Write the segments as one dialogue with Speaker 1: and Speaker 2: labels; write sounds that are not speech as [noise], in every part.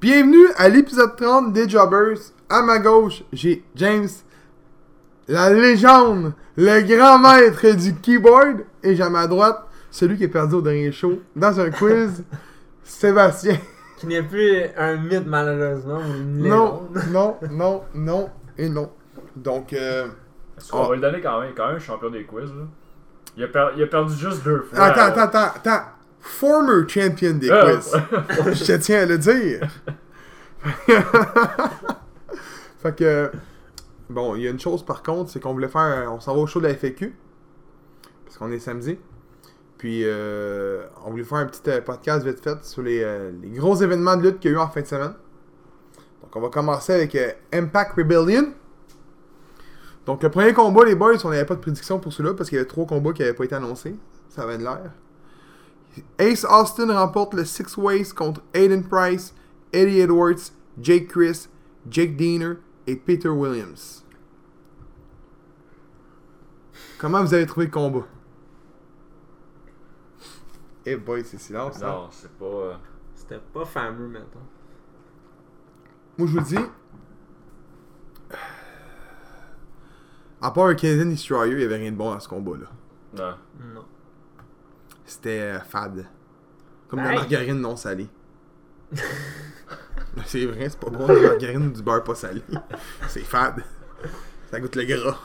Speaker 1: Bienvenue à l'épisode 30 des Jobbers. À ma gauche, j'ai James, la légende, le grand maître du keyboard. Et j'ai à ma droite, celui qui est perdu au dernier show, dans un quiz, [laughs] Sébastien.
Speaker 2: Qui n'est plus un mythe, malheureusement. ou une
Speaker 1: Non,
Speaker 2: légende.
Speaker 1: non, non, non et non. Donc, euh,
Speaker 3: On va lui donner quand même, quand même champion des quiz. Là. Il, a per- il a perdu juste deux fois.
Speaker 1: attends, attends, attends, attends. Former champion des
Speaker 3: Ah,
Speaker 1: quiz.
Speaker 3: [laughs]
Speaker 1: [laughs] Je te tiens à le dire. [laughs] fait que. Bon, il y a une chose par contre, c'est qu'on voulait faire. On s'en va au show de la FAQ. Parce qu'on est samedi. Puis, euh, on voulait faire un petit euh, podcast vite fait sur les, euh, les gros événements de lutte qu'il y a eu en fin de semaine. Donc, on va commencer avec euh, Impact Rebellion. Donc, le premier combat, les boys, on n'avait pas de prédiction pour celui-là parce qu'il y avait trois combats qui n'avaient pas été annoncés. Ça avait de l'air. Ace Austin remporte le Six Ways contre Aiden Price, Eddie Edwards, Jake Chris, Jake Diener et Peter Williams. Comment vous avez trouvé le combat? Eh boy, c'est silence. hein?
Speaker 3: Non, c'est pas. euh,
Speaker 2: C'était pas fameux, maintenant.
Speaker 1: Moi, je vous dis. À part un Canadian Destroyer, il n'y avait rien de bon à ce combat-là. [laughs]
Speaker 3: Non.
Speaker 2: Non.
Speaker 1: C'était euh, fade. Comme de
Speaker 2: Ben.
Speaker 1: la margarine non salée. [laughs] c'est vrai, c'est pas bon, la margarine ou du beurre pas salé. [laughs] C'est fade. Ça goûte le gras.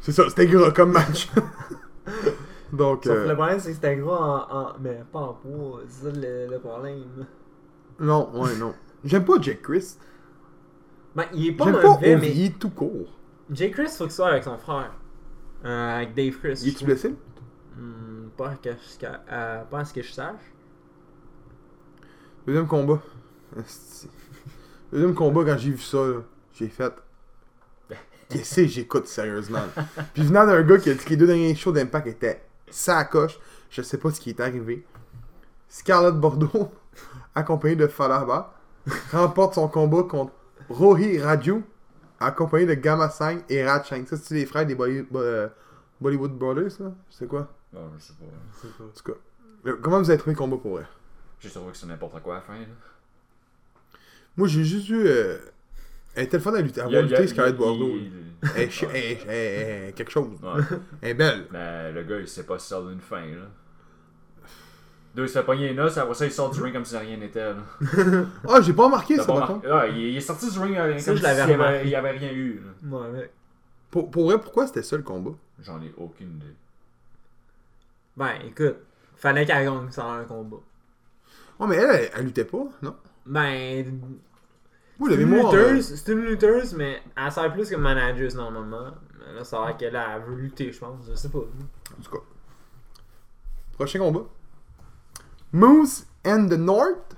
Speaker 1: C'est ça, c'était gras comme match. [laughs] Donc,
Speaker 2: Sauf
Speaker 1: euh,
Speaker 2: que le problème, c'est que c'était gros en, en- Mais pas en poids. C'est ça le, le problème.
Speaker 1: non, ouais, non. J'aime pas Jack Chris.
Speaker 2: Ben, il est pas
Speaker 1: J'aime pas
Speaker 2: mauvais, mais.
Speaker 1: Ovier tout court.
Speaker 2: Jay Chris, faut qu'il soit avec son frère. Euh, avec Dave Chris.
Speaker 1: Il est-tu blessé?
Speaker 2: Hmm, pas, que je, ca- euh, pas à ce que je sache.
Speaker 1: Deuxième combat. [laughs] Esti. Deuxième combat, quand j'ai vu ça, là, j'ai fait. Qu'est-ce que j'écoute sérieusement? là? Puis venant d'un gars qui a dit que les deux derniers shows d'impact étaient ça à coche, je sais pas ce qui est arrivé. Scarlett Bordeaux, [laughs] accompagnée de Falaba, remporte son combat contre Rohi Raju, accompagné de Gamma 5 et Rad Shank. Ça, c'est les frères des Bolly- Bo- euh, Bollywood Brothers, là? C'est quoi?
Speaker 3: Non, je sais pas.
Speaker 1: En tout cas, euh, comment vous avez trouvé le combat pour vrai?
Speaker 3: J'ai trouvé que c'est n'importe quoi à la fin. là.
Speaker 1: Moi, j'ai juste eu. euh, Elle était le fun à lutter. À voir lutter Scarlett Bordeaux. là.
Speaker 3: il-
Speaker 1: Elle est chi- elle est- elle est- elle est quelque chose.
Speaker 3: Ouais.
Speaker 1: Elle est belle.
Speaker 3: Mais le gars, il sait pas se sort d'une fin. Là. Deux, il se fait pogner les noces, après ça, il sort du ring comme si rien n'était. là.
Speaker 1: Ah, j'ai pas remarqué
Speaker 3: T'as
Speaker 1: ça,
Speaker 3: pas
Speaker 1: par contre.
Speaker 3: remarqué- Ouais, il, il est sorti du ring euh, comme
Speaker 2: Ça,
Speaker 3: s'il
Speaker 2: je
Speaker 3: y
Speaker 2: l'avais
Speaker 3: avait,
Speaker 2: remarqué.
Speaker 3: il y avait rien eu. là.
Speaker 2: Ouais, mais.
Speaker 1: Pour, pour vrai, pourquoi c'était ça le combat
Speaker 3: J'en ai aucune idée.
Speaker 2: Ben, écoute. Fallait qu'elle gagne sans un combat.
Speaker 1: Oh, mais elle, elle, elle luttait pas, non
Speaker 2: Ben,
Speaker 1: Vous
Speaker 2: C'est
Speaker 1: l'avez
Speaker 2: une
Speaker 1: moi. euh,
Speaker 2: lutteuse, c'est une lutteuse, mais elle sert plus comme manager normalement. Mais là, ça a l'air qu'elle elle veut lutter, je pense. Je sais pas.
Speaker 1: En tout cas. Prochain combat. Moose and the North,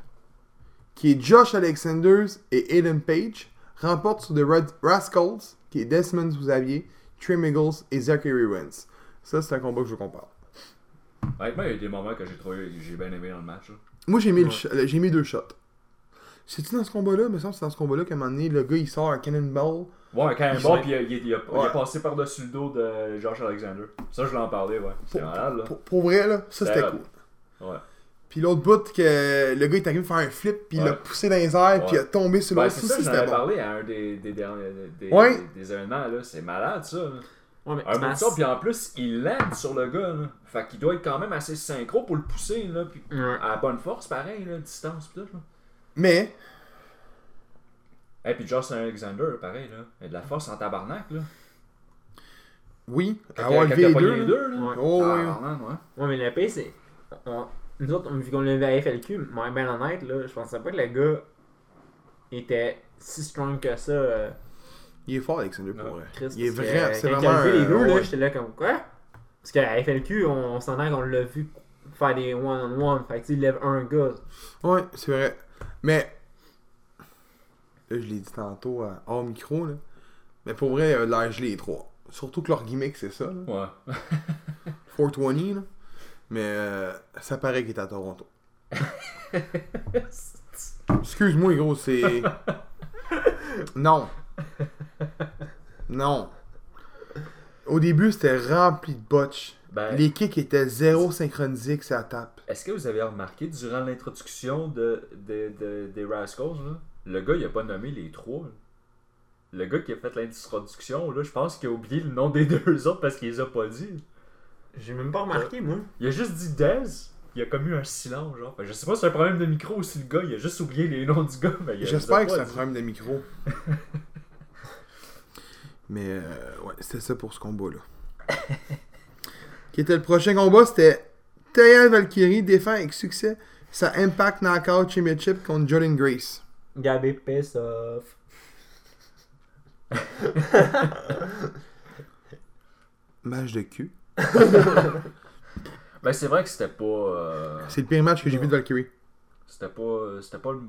Speaker 1: qui est Josh Alexanders et Aiden Page, remporte sur The Red Rascals, qui est Desmond Xavier, Trey Miggles et Zachary Wentz. Ça, c'est un combat que je vous compare.
Speaker 3: Honnêtement, il y a eu des moments que j'ai trouvé que j'ai bien aimé dans le match. là.
Speaker 1: Moi, j'ai mis, le sh- j'ai mis deux shots. C'est-tu dans ce combat-là? Il me semble que c'est dans ce combat-là qu'à un moment donné, le gars, il sort un cannonball.
Speaker 3: Ouais, quand même
Speaker 2: Je
Speaker 3: bon,
Speaker 2: sais.
Speaker 3: puis il, a- il a- il a- il a
Speaker 1: Ouais.
Speaker 3: passé par-dessus le dos de Josh Alexander. Ça, je l'en parlais, ouais. C'était malade, là.
Speaker 1: Pour, pour vrai, là, ça, c'était
Speaker 3: Ouais.
Speaker 1: cool.
Speaker 3: Ouais.
Speaker 1: Puis l'autre bout, que le gars, il est arrivé à faire un flip, puis il l'a
Speaker 3: Ouais.
Speaker 1: poussé dans les airs, puis il a
Speaker 3: Ouais.
Speaker 1: tombé sur
Speaker 3: Ben,
Speaker 1: l'autre.
Speaker 3: c'est
Speaker 1: ça,
Speaker 3: ça, j'en
Speaker 1: c'était
Speaker 3: avais
Speaker 1: bon.
Speaker 3: parlé à un des, des derniers des,
Speaker 1: Ouais.
Speaker 3: des- des événements, là. C'est malade, ça. là.
Speaker 2: Ouais, mais
Speaker 3: Un mot de
Speaker 2: elle-
Speaker 3: ça, puis en plus, il l'aide sur le gars, là. Fait qu'il doit être quand même assez synchro pour le pousser, là. Puis
Speaker 2: Ouais.
Speaker 3: à la bonne force, pareil, là, distance, pis tout, là.
Speaker 1: Mais,
Speaker 3: Et puis Josh Alexander, pareil, là. Il a de la force en tabarnak, là.
Speaker 1: oui,
Speaker 3: Quand
Speaker 1: avoir
Speaker 3: il- quand
Speaker 1: levé
Speaker 3: il a
Speaker 1: les
Speaker 3: pogné
Speaker 1: deux.
Speaker 3: les
Speaker 1: là.
Speaker 3: deux, Ah. là.
Speaker 2: Ouais.
Speaker 1: Oh, oui.
Speaker 3: Tabarnak, ouais.
Speaker 2: Ouais, mais le pire, c'est. on- Nous autres, vu qu'on l'a vu à FLQ, mais ben honnête, là, je pensais pas que le gars était si strong que ça. euh,
Speaker 1: Il est fort, Alexander,
Speaker 3: Ouais. euh,
Speaker 1: pour vrai.
Speaker 2: Chris,
Speaker 1: Il est
Speaker 2: parce que,
Speaker 1: vrai, c'est
Speaker 2: quand
Speaker 1: vraiment.
Speaker 2: il a levé les
Speaker 1: un-
Speaker 2: deux, là,
Speaker 1: ouais.
Speaker 2: j'étais là comme quoi Parce qu'à FLQ, on, on s'entend qu'on l'a vu faire des one-on-one. Fait que tu sais, il lève un gars.
Speaker 1: Ouais, c'est vrai. Mais, là, je l'ai dit tantôt à hors micro, là. Mais pour vrai, euh, l'air gelé, les trois. Surtout que leur gimmick, c'est ça, là.
Speaker 3: Ouais.
Speaker 1: 420, là. Mais euh, ça paraît qu'il est à Toronto. Excuse-moi, gros, c'est. Non. Non. Au début, c'était rempli de botch.
Speaker 3: Ben,
Speaker 1: Les kicks étaient zéro synchronisés que ça tape.
Speaker 3: Est-ce que vous avez remarqué durant l'introduction de, de- de- des Rascals, là, le gars il a pas nommé les trois. là. Le gars qui a fait l'introduction, là, je pense qu'il a oublié le nom des [laughs] deux autres parce qu'il les a pas dit.
Speaker 2: J'ai même pas remarqué, moi.
Speaker 3: Il a juste dit Dez, il a comme eu un silence, genre. Fait que je sais pas si c'est un problème de micro ou si le gars il a juste oublié les noms du gars, mais il a- il
Speaker 1: J'espère
Speaker 3: a
Speaker 1: que
Speaker 3: pas
Speaker 1: c'est un
Speaker 3: dit.
Speaker 1: problème de micro. [laughs] Mais euh, ouais, c'était ça pour ce combat-là. [laughs] Qui était le prochain combat, c'était Théa Valkyrie défend avec succès sa Impact Knockout Championship contre Jordan Grace.
Speaker 2: Gabé piss off.
Speaker 1: Match de cul.
Speaker 3: Ben c'est vrai que c'était pas. euh,
Speaker 1: C'est le pire match que j'ai vu de Valkyrie.
Speaker 3: c'était pas. C'était pas le,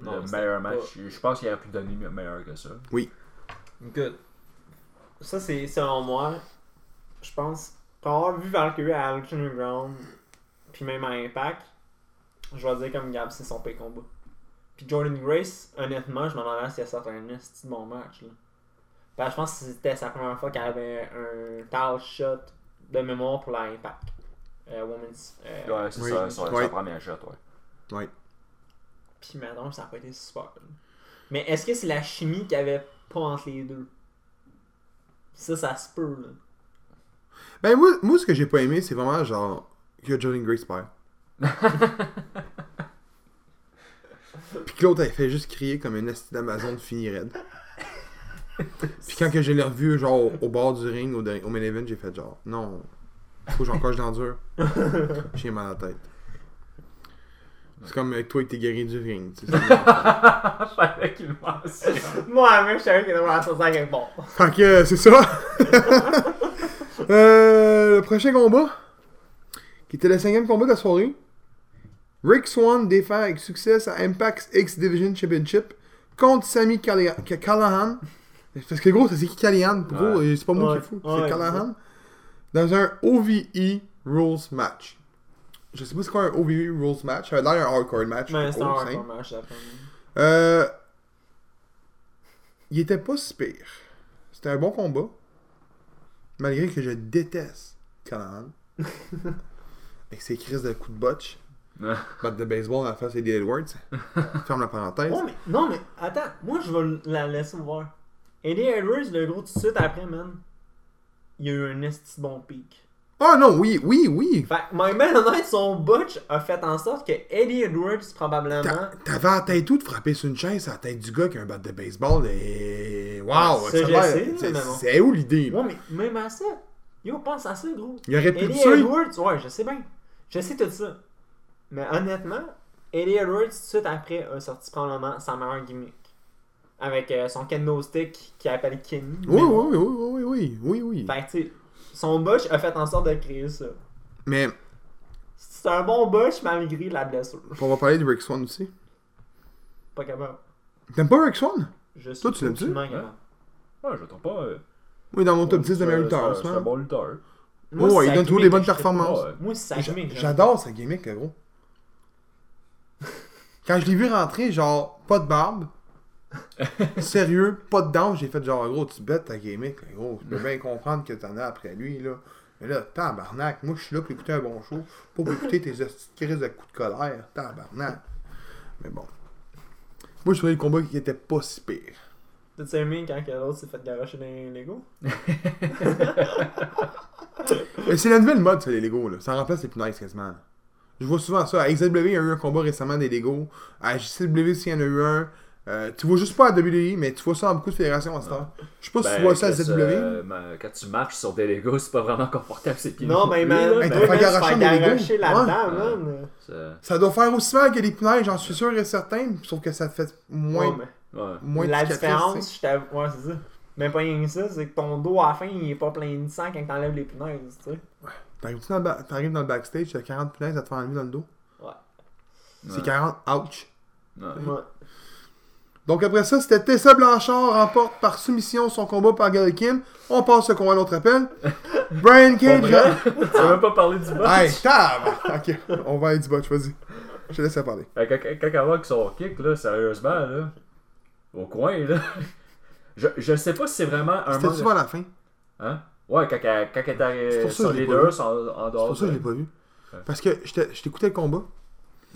Speaker 2: Non,
Speaker 3: le
Speaker 2: c'était
Speaker 3: meilleur
Speaker 2: pas-
Speaker 3: match. Je pense qu'il aurait pu donner mieux- meilleur que ça.
Speaker 2: Good. Ça, c'est selon moi. Je pense qu'avoir vu Valkyrie à Action Underground, puis même à Impact, je vais dire comme Gab, c'est son pire combat. Puis Jordan Grace, honnêtement, je m'en demandais si elle sortait un esti de bon match. Là. Parce que je pense que c'était sa première fois qu'elle avait un tall shot de mémoire pour la Impact. Euh, Women's. euh,
Speaker 3: Ouais, c'est
Speaker 1: Oui.
Speaker 3: ça, son,
Speaker 1: Ouais.
Speaker 3: son premier shot, ouais.
Speaker 2: Puis maintenant, ça n'a pas été super. Mais est-ce que c'est la chimie qu'il n'y avait pas entre les deux Ça, ça se peut, là.
Speaker 1: Ben moi, moi ce que j'ai pas aimé, c'est vraiment genre que Jordan Grace perd. Puis Claude, elle fait juste crier comme une esti d'Amazon fini raide. Puis quand que je l'ai revu genre au- au bord du ring, au, derni- au main event, j'ai fait genre non, faut que j'encoche dans dur. J'ai mal à la tête. C'est comme euh, toi que t'es guéri du ring. tu sais, c'est-
Speaker 3: Fallait qu'il mentionne.
Speaker 2: [laughs] Moi, même, je savais qu'il était dans la sauce quelque part.
Speaker 1: fait que euh, c'est ça. [laughs] Euh, le prochain combat, qui était le cinquième combat de la soirée, Rick Swan défend avec succès sa Impact X Division Championship contre Sammy Callia- Ca- Callahan. Parce que gros, ça c'est qui Callahan Gros,
Speaker 3: Ouais.
Speaker 1: euh, c'est pas moi
Speaker 2: Ouais.
Speaker 1: qui est fou,
Speaker 2: Ouais,
Speaker 1: c'est Callahan. Dans un OVE Rules match. Je sais pas c'est quoi un OVE Rules match. Ça a l'air un hardcore match.
Speaker 2: Mais
Speaker 1: tout
Speaker 2: Oh, c'est un
Speaker 1: court,
Speaker 2: hardcore
Speaker 1: simple.
Speaker 2: match, la fin.
Speaker 1: Euh, il était pas si pire. C'était un bon combat. Malgré que je déteste Callahan. Avec ses crises de coups de botch.
Speaker 3: Ouais.
Speaker 1: Batte de baseball dans la face d'Eddie Edwards. Ferme la parenthèse.
Speaker 2: Oh, mais, non, mais attends, moi, je vais la laisser voir. Eddie Edwards, le gros, tout de suite après, man, il y a eu un esti bon pic.
Speaker 1: Ah non, oui, oui, oui.
Speaker 2: Fait que, my man, honnête, son butch a fait en sorte que Eddie Edwards, probablement.
Speaker 1: T'a- T'avais à la tête où de frapper sur une chaise à la tête du gars qui a un batte de baseball et. Waouh!
Speaker 2: Ça,
Speaker 1: ça
Speaker 2: je
Speaker 1: va-
Speaker 2: sais,
Speaker 1: c'est-
Speaker 2: mais bon.
Speaker 1: C'est où l'idée? là?
Speaker 2: Ouais, mais même à ça, yo, pense à ça, gros.
Speaker 1: Il aurait pu le
Speaker 2: Eddie
Speaker 1: tuer.
Speaker 2: Edwards, ouais, je sais bien. Je sais tout ça. Mais honnêtement, Eddie Edwards, tout de suite après, a sorti probablement sa meilleure gimmick. Avec euh, son kendo stick qui appelle Kenny.
Speaker 1: Oui,
Speaker 2: Mais bon.
Speaker 1: oui, oui, oui, oui, oui, oui.
Speaker 2: Fait que, tu sais, son botch a fait en sorte de créer ça.
Speaker 1: Mais
Speaker 2: C'est un bon botch malgré la blessure.
Speaker 1: on va parler de Rick Swan aussi.
Speaker 2: Pas capable.
Speaker 1: T'aimes pas Rick Swan?
Speaker 2: Je suis
Speaker 1: Toi, tu l'aimes-tu?
Speaker 2: aucunement capable.
Speaker 3: [laughs] Ouais, je le trouve pas. euh,
Speaker 1: Oui, dans mon top
Speaker 3: bon,
Speaker 1: 10 de mes
Speaker 3: c'est-
Speaker 1: lutteurs.
Speaker 3: C'est
Speaker 1: man.
Speaker 3: un bon lutteur.
Speaker 2: Moi,
Speaker 1: ouais,
Speaker 2: c'est
Speaker 1: il
Speaker 2: sa
Speaker 1: donne toujours
Speaker 2: gimmick
Speaker 1: des bonnes
Speaker 2: que je tripe.
Speaker 1: performances.
Speaker 3: Ouais.
Speaker 2: Moi, c'est sa
Speaker 1: J'a-
Speaker 2: gimmick. j'aime.
Speaker 1: J'adore sa gimmick, le gros. Quand je l'ai vu rentrer, genre, pas de barbe. Sérieux, pas de dents, j'ai fait genre, gros, tu bêtes ta gimmick, le gros. Tu peux bien comprendre que t'en as après lui, là. Mais là, tabarnak, moi je suis là pour écouter un bon show, pas pour écouter tes hosties de crises de coups de colère, tabarnak. Mais bon. Moi je trouvais le combat qui était pas si pire.
Speaker 2: T'as-tu aimé quand que l'autre s'est fait garocher dans les Lego?
Speaker 1: Mais c'est la nouvelle mode, ça, les Lego. Là. Ça remplace les plus nice quasiment. là. Je vois souvent ça. À XW, il y a eu un combat récemment des Lego. À JCW, s'il y en a eu un. Euh, tu vois juste pas à WWE, mais tu vois ça dans beaucoup de fédérations à ce temps. Je sais pas si
Speaker 2: Ben,
Speaker 1: tu vois ça à
Speaker 3: Chris,
Speaker 1: ZW.
Speaker 3: Ben, euh, ma- quand tu marches sur des Legos, c'est pas vraiment confortable ces pieds.
Speaker 2: Non,
Speaker 3: non
Speaker 2: mais
Speaker 3: plus,
Speaker 2: man,
Speaker 3: là,
Speaker 1: Hey,
Speaker 2: mais
Speaker 1: t'as
Speaker 2: man,
Speaker 1: fait
Speaker 2: se
Speaker 1: garocher
Speaker 2: faire
Speaker 1: dans les Lego?
Speaker 2: garocher là-dedans,
Speaker 3: Ouais.
Speaker 2: man.
Speaker 3: c'est-
Speaker 1: Ça doit faire aussi mal que les punaises, j'en suis sûr et certain. Sauf que ça te fait moins,
Speaker 2: Ouais, mais-
Speaker 3: ouais.
Speaker 1: moins de
Speaker 2: la
Speaker 1: cicatrices, tu sais.
Speaker 2: différence, je t'avoue, ouais, c'est ça. Mais pas rien que ça, c'est que ton dos à la fin, il est pas plein de sang quand t'enlèves les punaises, tu sais.
Speaker 1: T'arrives-tu dans, le ba- t'arrives dans le backstage, t'as 40 punaises à te faire enlever dans le dos.
Speaker 2: Ouais.
Speaker 1: C'est 40, ouch.
Speaker 3: Ouais.
Speaker 2: Ouais.
Speaker 1: Donc après ça, c'était Tessa Blanchard remporte par soumission son combat par Gail Kim. On passe ce combat à notre
Speaker 2: [laughs]
Speaker 1: appel. Brian
Speaker 3: Pour
Speaker 1: Cage.
Speaker 3: vrai, tu veux même pas parler du bas.
Speaker 1: Hey, tab! Ok, on va aller du botch, vas-y. Je te laisse parler.
Speaker 3: Ben, Quand, quand, quand elle va avec son kick, là, sérieusement, là, au coin, là, [laughs] je, je sais pas si c'est vraiment un
Speaker 1: C'était
Speaker 3: manque.
Speaker 1: souvent à la fin.
Speaker 3: Hein? Ouais, quand, elle- quand elle
Speaker 1: C'est
Speaker 3: était
Speaker 1: pour ça que
Speaker 3: sur
Speaker 1: je
Speaker 3: les
Speaker 1: l'ai pas vu.
Speaker 3: deux, en, en
Speaker 1: C'est
Speaker 3: dehors.
Speaker 1: pour ça que je
Speaker 3: de-
Speaker 1: l'ai pas vu.
Speaker 3: Ouais.
Speaker 1: Parce que j'étais- je t'écoutais le combat.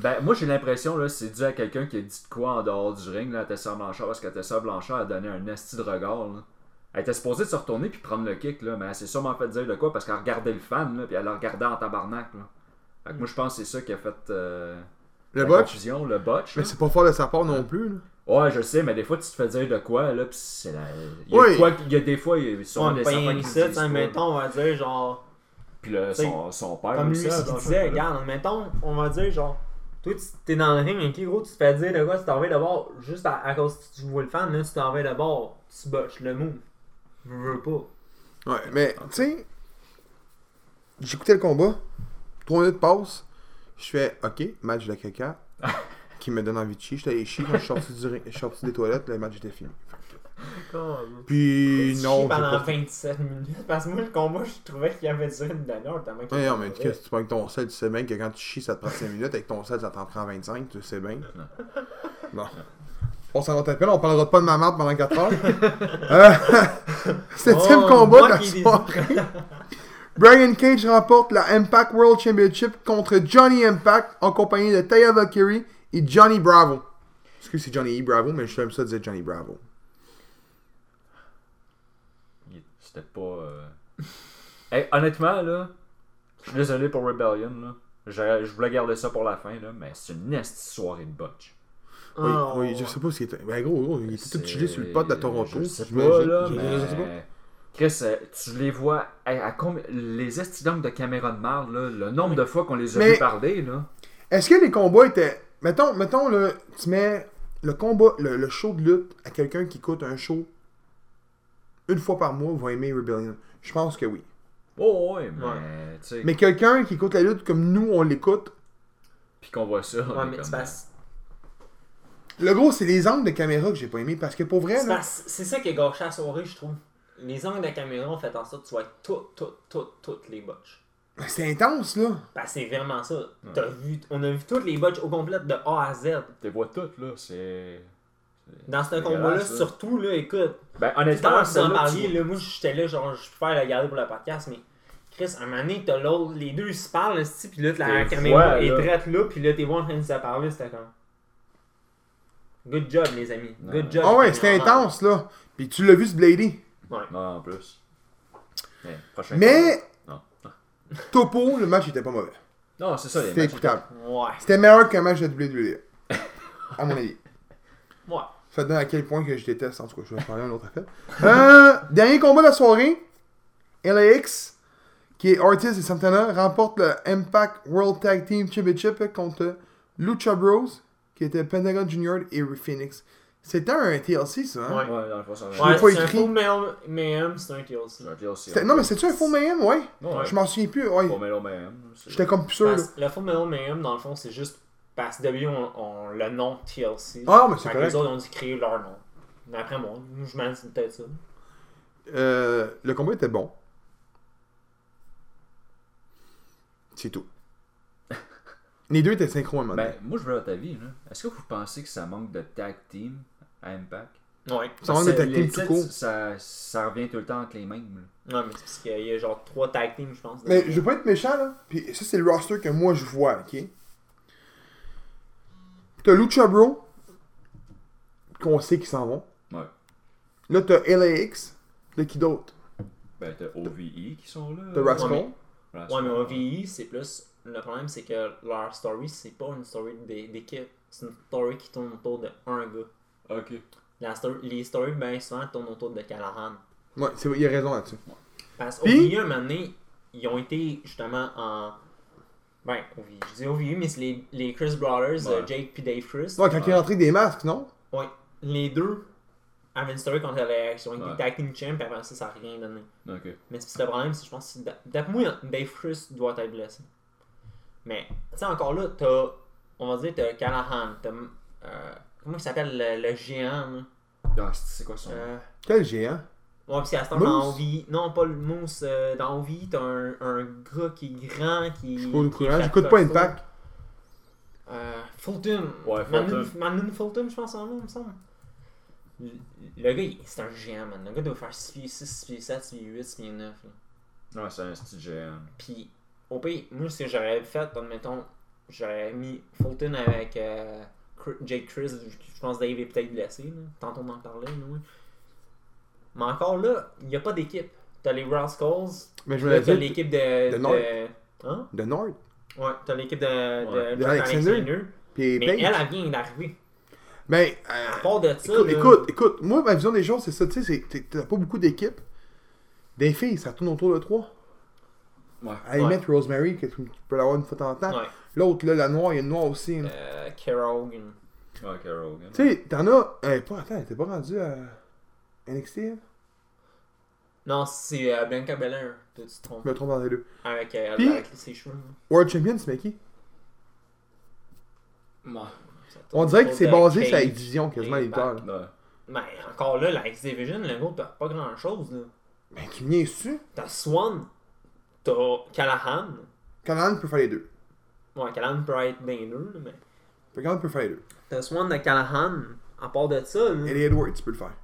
Speaker 3: Ben, moi, j'ai l'impression, là, c'est dû à quelqu'un qui a dit de quoi en dehors du ring, là, à Tessa Blanchard, parce que Tessa Blanchard a donné un asti de regard, là. Elle était supposée de se retourner puis prendre le kick, là, mais elle s'est sûrement fait dire de quoi parce qu'elle regardait le fan, là, puis elle le regardait en tabarnak, là. Fait que moi, je pense que c'est ça qui a fait euh,
Speaker 1: Le
Speaker 3: la
Speaker 1: botch.
Speaker 3: confusion, le botch.
Speaker 1: Mais
Speaker 3: là.
Speaker 1: c'est pas fort de sa part non plus. là.
Speaker 3: Ouais, je sais, mais des fois, tu te fais dire de quoi, là, puis c'est la... Il y a,
Speaker 1: Oui.
Speaker 3: quoi, il y a des fois, il y a sûrement
Speaker 2: On
Speaker 3: des
Speaker 2: pas
Speaker 3: enfants
Speaker 2: rien
Speaker 3: qui
Speaker 2: que
Speaker 3: se
Speaker 2: ça,
Speaker 3: disent
Speaker 2: tu sais,
Speaker 3: pas.
Speaker 2: mettons, on va dire genre.
Speaker 3: Puis là,
Speaker 2: t'sais,
Speaker 3: son, son père
Speaker 2: Comme lui,
Speaker 3: aussi,
Speaker 2: ce
Speaker 3: là,
Speaker 2: qu'il
Speaker 3: dans le
Speaker 2: disait,
Speaker 3: fond, là.
Speaker 2: regarde, mettons, on va dire genre. Toi, tu t'es dans le ring, ok, gros, tu te fais dire de quoi, tu t'en vas de bord. Juste à, à cause que tu vois le fan, là, tu t'en vas de bord. Tu botches le move. Je veux pas.
Speaker 1: Ouais, mais tu sais, j'écoutais le combat, trois minutes passent, je fais OK, match de [laughs] caca, qui me donne envie de chier. J'étais allé chier quand je suis sorti du ring- je suis sorti des toilettes, le match était fini. Puis
Speaker 2: Tu
Speaker 1: non,
Speaker 2: chies
Speaker 1: j'ai
Speaker 2: pendant
Speaker 1: pas...
Speaker 2: 27 minutes. Parce que moi, le combat, je trouvais qu'il y avait duré une demi-heure tellement qu'il
Speaker 1: Ouais, non, mais
Speaker 2: était
Speaker 1: qu'est-ce que tu prends avec ton sel, tu sais bien que quand tu chies, ça te prend 5 minutes, avec ton sel, ça t'en prend 25, tu sais bien. Bon. On s'en rappelle, on parlera pas de ma marde pendant 4
Speaker 3: [laughs]
Speaker 1: heures. Euh, [laughs] Septième
Speaker 2: Oh,
Speaker 1: combat de la
Speaker 2: Bucky
Speaker 1: soirée. Brian Cage remporte la Impact World Championship contre Johnny Impact en compagnie de Taya Valkyrie et Johnny Bravo. Excusez, c'est Johnny E. Bravo, mais je t'aime ça dire Johnny Bravo.
Speaker 3: Il- C'était pas. euh, Hey, honnêtement, là, je suis désolé pour Rebellion. Là. Je, je voulais garder ça pour la fin, là, mais c'est une nasty soirée de botch.
Speaker 2: Ah,
Speaker 1: Oui,
Speaker 2: non,
Speaker 1: oui, je sais pas ce qu'il était. Ben gros, gros, il était tout
Speaker 3: C'est-
Speaker 1: chillé sur le pot de Toronto.
Speaker 3: Je sais pas,
Speaker 1: j'imagine.
Speaker 3: là,
Speaker 1: Je-
Speaker 3: mais...
Speaker 1: je sais pas.
Speaker 3: Chris, euh, tu les vois hey, à combien- les estidantes de caméra de marde, là, le nombre de fois qu'on les a
Speaker 1: Mais-
Speaker 3: vu parler, là.
Speaker 1: Est-ce que les combats étaient. Mettons, mettons là, tu mets le combat, le, le show de lutte à quelqu'un qui coûte un show une fois par mois va aimer Rebellion. Je pense que oui.
Speaker 3: Oh, ouais, mais,
Speaker 2: Ouais.
Speaker 3: tu sais,
Speaker 1: Mais quelqu'un qui écoute la lutte comme nous, on l'écoute.
Speaker 3: puis qu'on voit ça. on
Speaker 2: Ouais,
Speaker 3: est
Speaker 2: mais
Speaker 3: comme-
Speaker 2: c'est parce-
Speaker 1: Le gros, c'est les angles de caméra que j'ai pas aimé parce que pour vrai,
Speaker 2: c'est
Speaker 1: là,
Speaker 2: parce- c'est ça qui est gâché à la soirée, je trouve. Les angles de la caméra ont fait en sorte que tu vois toutes, toutes, toutes, toutes les botches.
Speaker 1: c'est intense là.
Speaker 2: Bah, c'est vraiment ça. T'as vu, on a vu toutes les botches au complet de A à Z.
Speaker 3: Tu les vois toutes, là, c'est...
Speaker 2: Dans ce
Speaker 3: C'est
Speaker 2: combat-là,
Speaker 3: dégueulasse, ça.
Speaker 2: surtout, là, écoute,
Speaker 3: Ben,
Speaker 2: Tout à
Speaker 3: honnêtement,
Speaker 2: l'heure, vous en
Speaker 3: celle-là, tu
Speaker 2: parliez,
Speaker 3: vois-
Speaker 2: là, moi j'étais là, genre, je préfère la garder pour le podcast, mais Chris, à un moment donné, t'as l'autre, les deux ils se parlent, esti, pis là, la
Speaker 3: T'es
Speaker 2: caméra
Speaker 3: vois,
Speaker 2: est
Speaker 3: là.
Speaker 2: drette là, pis là, t'es vois en train de se parler, c'était comme. Good job, les amis. Good
Speaker 3: Ouais.
Speaker 2: job.
Speaker 1: Ah ouais, c'était intense là. Puis tu l'as vu se blader.
Speaker 3: Non, en plus. Mais, prochain
Speaker 1: Mais
Speaker 3: Non.
Speaker 1: topo, le match était pas mauvais.
Speaker 3: Non, c'est ça, les
Speaker 1: C'était
Speaker 3: matchs.
Speaker 1: écoutable.
Speaker 2: Ouais.
Speaker 1: C'était meilleur qu'un match de WWE. À mon avis.
Speaker 2: Ouais.
Speaker 1: Ça te donne à quel point que je déteste. En tout cas, je vais parler un autre affaire. Euh, dernier combat de la soirée. LAX, qui est Ortiz et Santana, remporte le Impact World Tag Team Championship contre Lucha Bros, qui était Pentagon Junior et Phoenix. C'était un TLC, ça. hein?
Speaker 2: Ouais.
Speaker 3: Ouais, dans le fond, ça va.
Speaker 1: l'ai
Speaker 2: Ouais,
Speaker 1: pas
Speaker 2: c'est un
Speaker 1: écrit.
Speaker 2: faux mayhem, mayhem, c'est un kill aussi.
Speaker 3: C'est un DLC,
Speaker 1: C'était-
Speaker 3: hein.
Speaker 1: Non, mais c'est-tu un faux mayhem, ouais?
Speaker 3: Non, ouais.
Speaker 1: Je m'en souviens plus, ouais.
Speaker 3: Pour Melo Man, hein, c'est-
Speaker 1: J'étais comme plus sûr, là.
Speaker 2: Parce- Le faux mayhem, mayhem, dans le fond, c'est juste parce que W ont, ont le nom TLC.
Speaker 1: Ah, mais c'est
Speaker 2: Fait que
Speaker 1: correct.
Speaker 2: Les autres ont dû créer leur nom. Mais après moi, je m'en dis peut-être ça.
Speaker 1: Euh, le combat était bon. C'est
Speaker 3: [laughs]
Speaker 1: tout. Les deux étaient synchro à un moment donné.
Speaker 3: Ben, moi, je veux votre avis, là. Est-ce que vous pensez que ça manque de tag team à Impact?
Speaker 2: Ouais.
Speaker 1: Ça manque de
Speaker 3: Parce que
Speaker 1: tag team
Speaker 3: les
Speaker 1: tout
Speaker 3: titres,
Speaker 1: court.
Speaker 3: Ça, ça revient tout le temps entre les mêmes, là.
Speaker 2: Non, mais c'est parce qu'il y a genre trois tag teams, je pense.
Speaker 1: Mais je veux pas être méchant, là. Puis ça, c'est le roster que moi, je vois, OK? T'as Lucha Bro, qu'on sait qu'ils s'en vont.
Speaker 3: Ouais.
Speaker 1: Là, t'as LAX, là, qui d'autre?
Speaker 3: Ben, t'as OVE qui sont là.
Speaker 1: T'as Rascal.
Speaker 2: Ouais,
Speaker 3: Rascal.
Speaker 2: Ouais, mais OVI, c'est plus. Le problème, c'est que leur story, c'est pas une story d'é- d'équipe. C'est une story qui tourne autour de un gars.
Speaker 3: Ok.
Speaker 2: La story- les stories, bien souvent, tournent autour de Callahan.
Speaker 1: Ouais, c'est vrai, il a raison là-dessus.
Speaker 2: Parce
Speaker 1: Puis-
Speaker 2: qu'OVI, un moment donné, ils ont été justement en. Ben, OVI. Je dis OVI, mais c'est les, les Chris Brothers,
Speaker 3: Ouais.
Speaker 2: euh, Jake puis Dave Chris.
Speaker 1: Ouais, quand il est rentré avec des masques, non?
Speaker 2: Ouais. Les deux avaient une story contre les Ils ont été
Speaker 3: Ouais.
Speaker 2: tag team champ, puis avant ça, ça n'a rien donné.
Speaker 3: Ok.
Speaker 2: Mais c'est le problème, c'est que je pense que c'est- d'après moi, Dave Chris doit être blessé. Mais, tu sais, encore là, t'as, on va dire, t'as Callahan, t'as, euh, comment il s'appelle le, le géant, là?
Speaker 3: Ah, c'est c'est quoi son nom?
Speaker 2: Euh,
Speaker 1: Quel géant.
Speaker 2: ouais, pis à ce temps,
Speaker 1: Moose?
Speaker 2: dans OVI, non, pas le Moose, euh, dans OVI, t'as un, un gars qui est grand, qui.
Speaker 1: Je suis pas au
Speaker 2: qui
Speaker 1: courant,
Speaker 2: frappe
Speaker 1: j'écoute
Speaker 2: le
Speaker 1: pas
Speaker 2: saut.
Speaker 1: Impact.
Speaker 2: Euh, Fulton.
Speaker 3: Ouais,
Speaker 2: Manon-
Speaker 3: Fulton.
Speaker 2: Manon Fulton, je pense, en nom, il me semble. Le le gars, il- c'est un géant, man. Le gars doit faire 6 pieds 6, 6 pieds 7, 6 pieds 8, 6 pieds 9. là.
Speaker 3: Ouais, Ah, c'est un style géant.
Speaker 2: Puis, au pire, moi, si j'aurais fait, admettons, j'aurais mis Fulton avec euh, Cr- Jake Chris, je pense que Dave est peut-être blessé, là. tantôt on en parlait, nous. hein. Mais encore là, il n'y a pas d'équipe. T'as les Rascals,
Speaker 1: Mais je me
Speaker 2: là,
Speaker 1: l'ai
Speaker 2: t'as
Speaker 1: dit,
Speaker 2: l'équipe de.
Speaker 1: de
Speaker 2: de-
Speaker 1: North.
Speaker 2: Hein?
Speaker 1: de Nord,
Speaker 2: Ouais, t'as l'équipe de.
Speaker 3: Ouais.
Speaker 2: de,
Speaker 1: De
Speaker 2: Jack
Speaker 1: Alexander.
Speaker 2: Alexander.
Speaker 1: puis
Speaker 2: Mais
Speaker 1: Page.
Speaker 2: elle, elle vient d'arriver.
Speaker 1: Ben,
Speaker 2: À
Speaker 1: euh,
Speaker 2: part de ça.
Speaker 1: écoute,
Speaker 2: là,
Speaker 1: écoute, écoute, moi, ma vision des choses, c'est ça, tu sais, c'est- t'es- t'as pas beaucoup d'équipes. Des filles, ça tourne autour de trois.
Speaker 3: Ouais.
Speaker 1: À la
Speaker 2: Ouais.
Speaker 1: limite, Rosemary, que tu tu peux l'avoir une fois en temps.
Speaker 2: Ouais.
Speaker 1: L'autre, là, la noire, il y a une noire aussi. là.
Speaker 2: Euh, Kerog. une-
Speaker 3: Ouais, Carol Hogan.
Speaker 1: Tu sais, t'en as. euh, pas, attends, t'es pas rendu à NXT, hein?
Speaker 2: Non, c'est euh, Bianca Belair. Tu te trompes.
Speaker 1: Je me trompe dans les deux.
Speaker 2: Avec, euh,
Speaker 1: Puis-
Speaker 2: avec ses cheveux. là.
Speaker 1: World Champion, c'est qui
Speaker 2: Ça tourne
Speaker 1: On dirait que
Speaker 2: autour
Speaker 1: c'est
Speaker 2: de
Speaker 1: basé sur la
Speaker 2: Cage.
Speaker 1: division quasiment
Speaker 2: et
Speaker 1: les lutteurs. là.
Speaker 3: Ouais.
Speaker 2: Mais encore là, la X-Division, le groupe, t'as pas grand chose. là.
Speaker 1: Ben, tu viens dessus.
Speaker 2: T'as Swan, t'as Callahan.
Speaker 1: Callahan peut faire les deux.
Speaker 2: Ouais, Callahan peut être bien deux, là, mais.
Speaker 1: Callahan peut faire les deux.
Speaker 2: T'as Swan de Callahan. À part de ça, là.
Speaker 1: Ellie Edwards, tu peux le faire.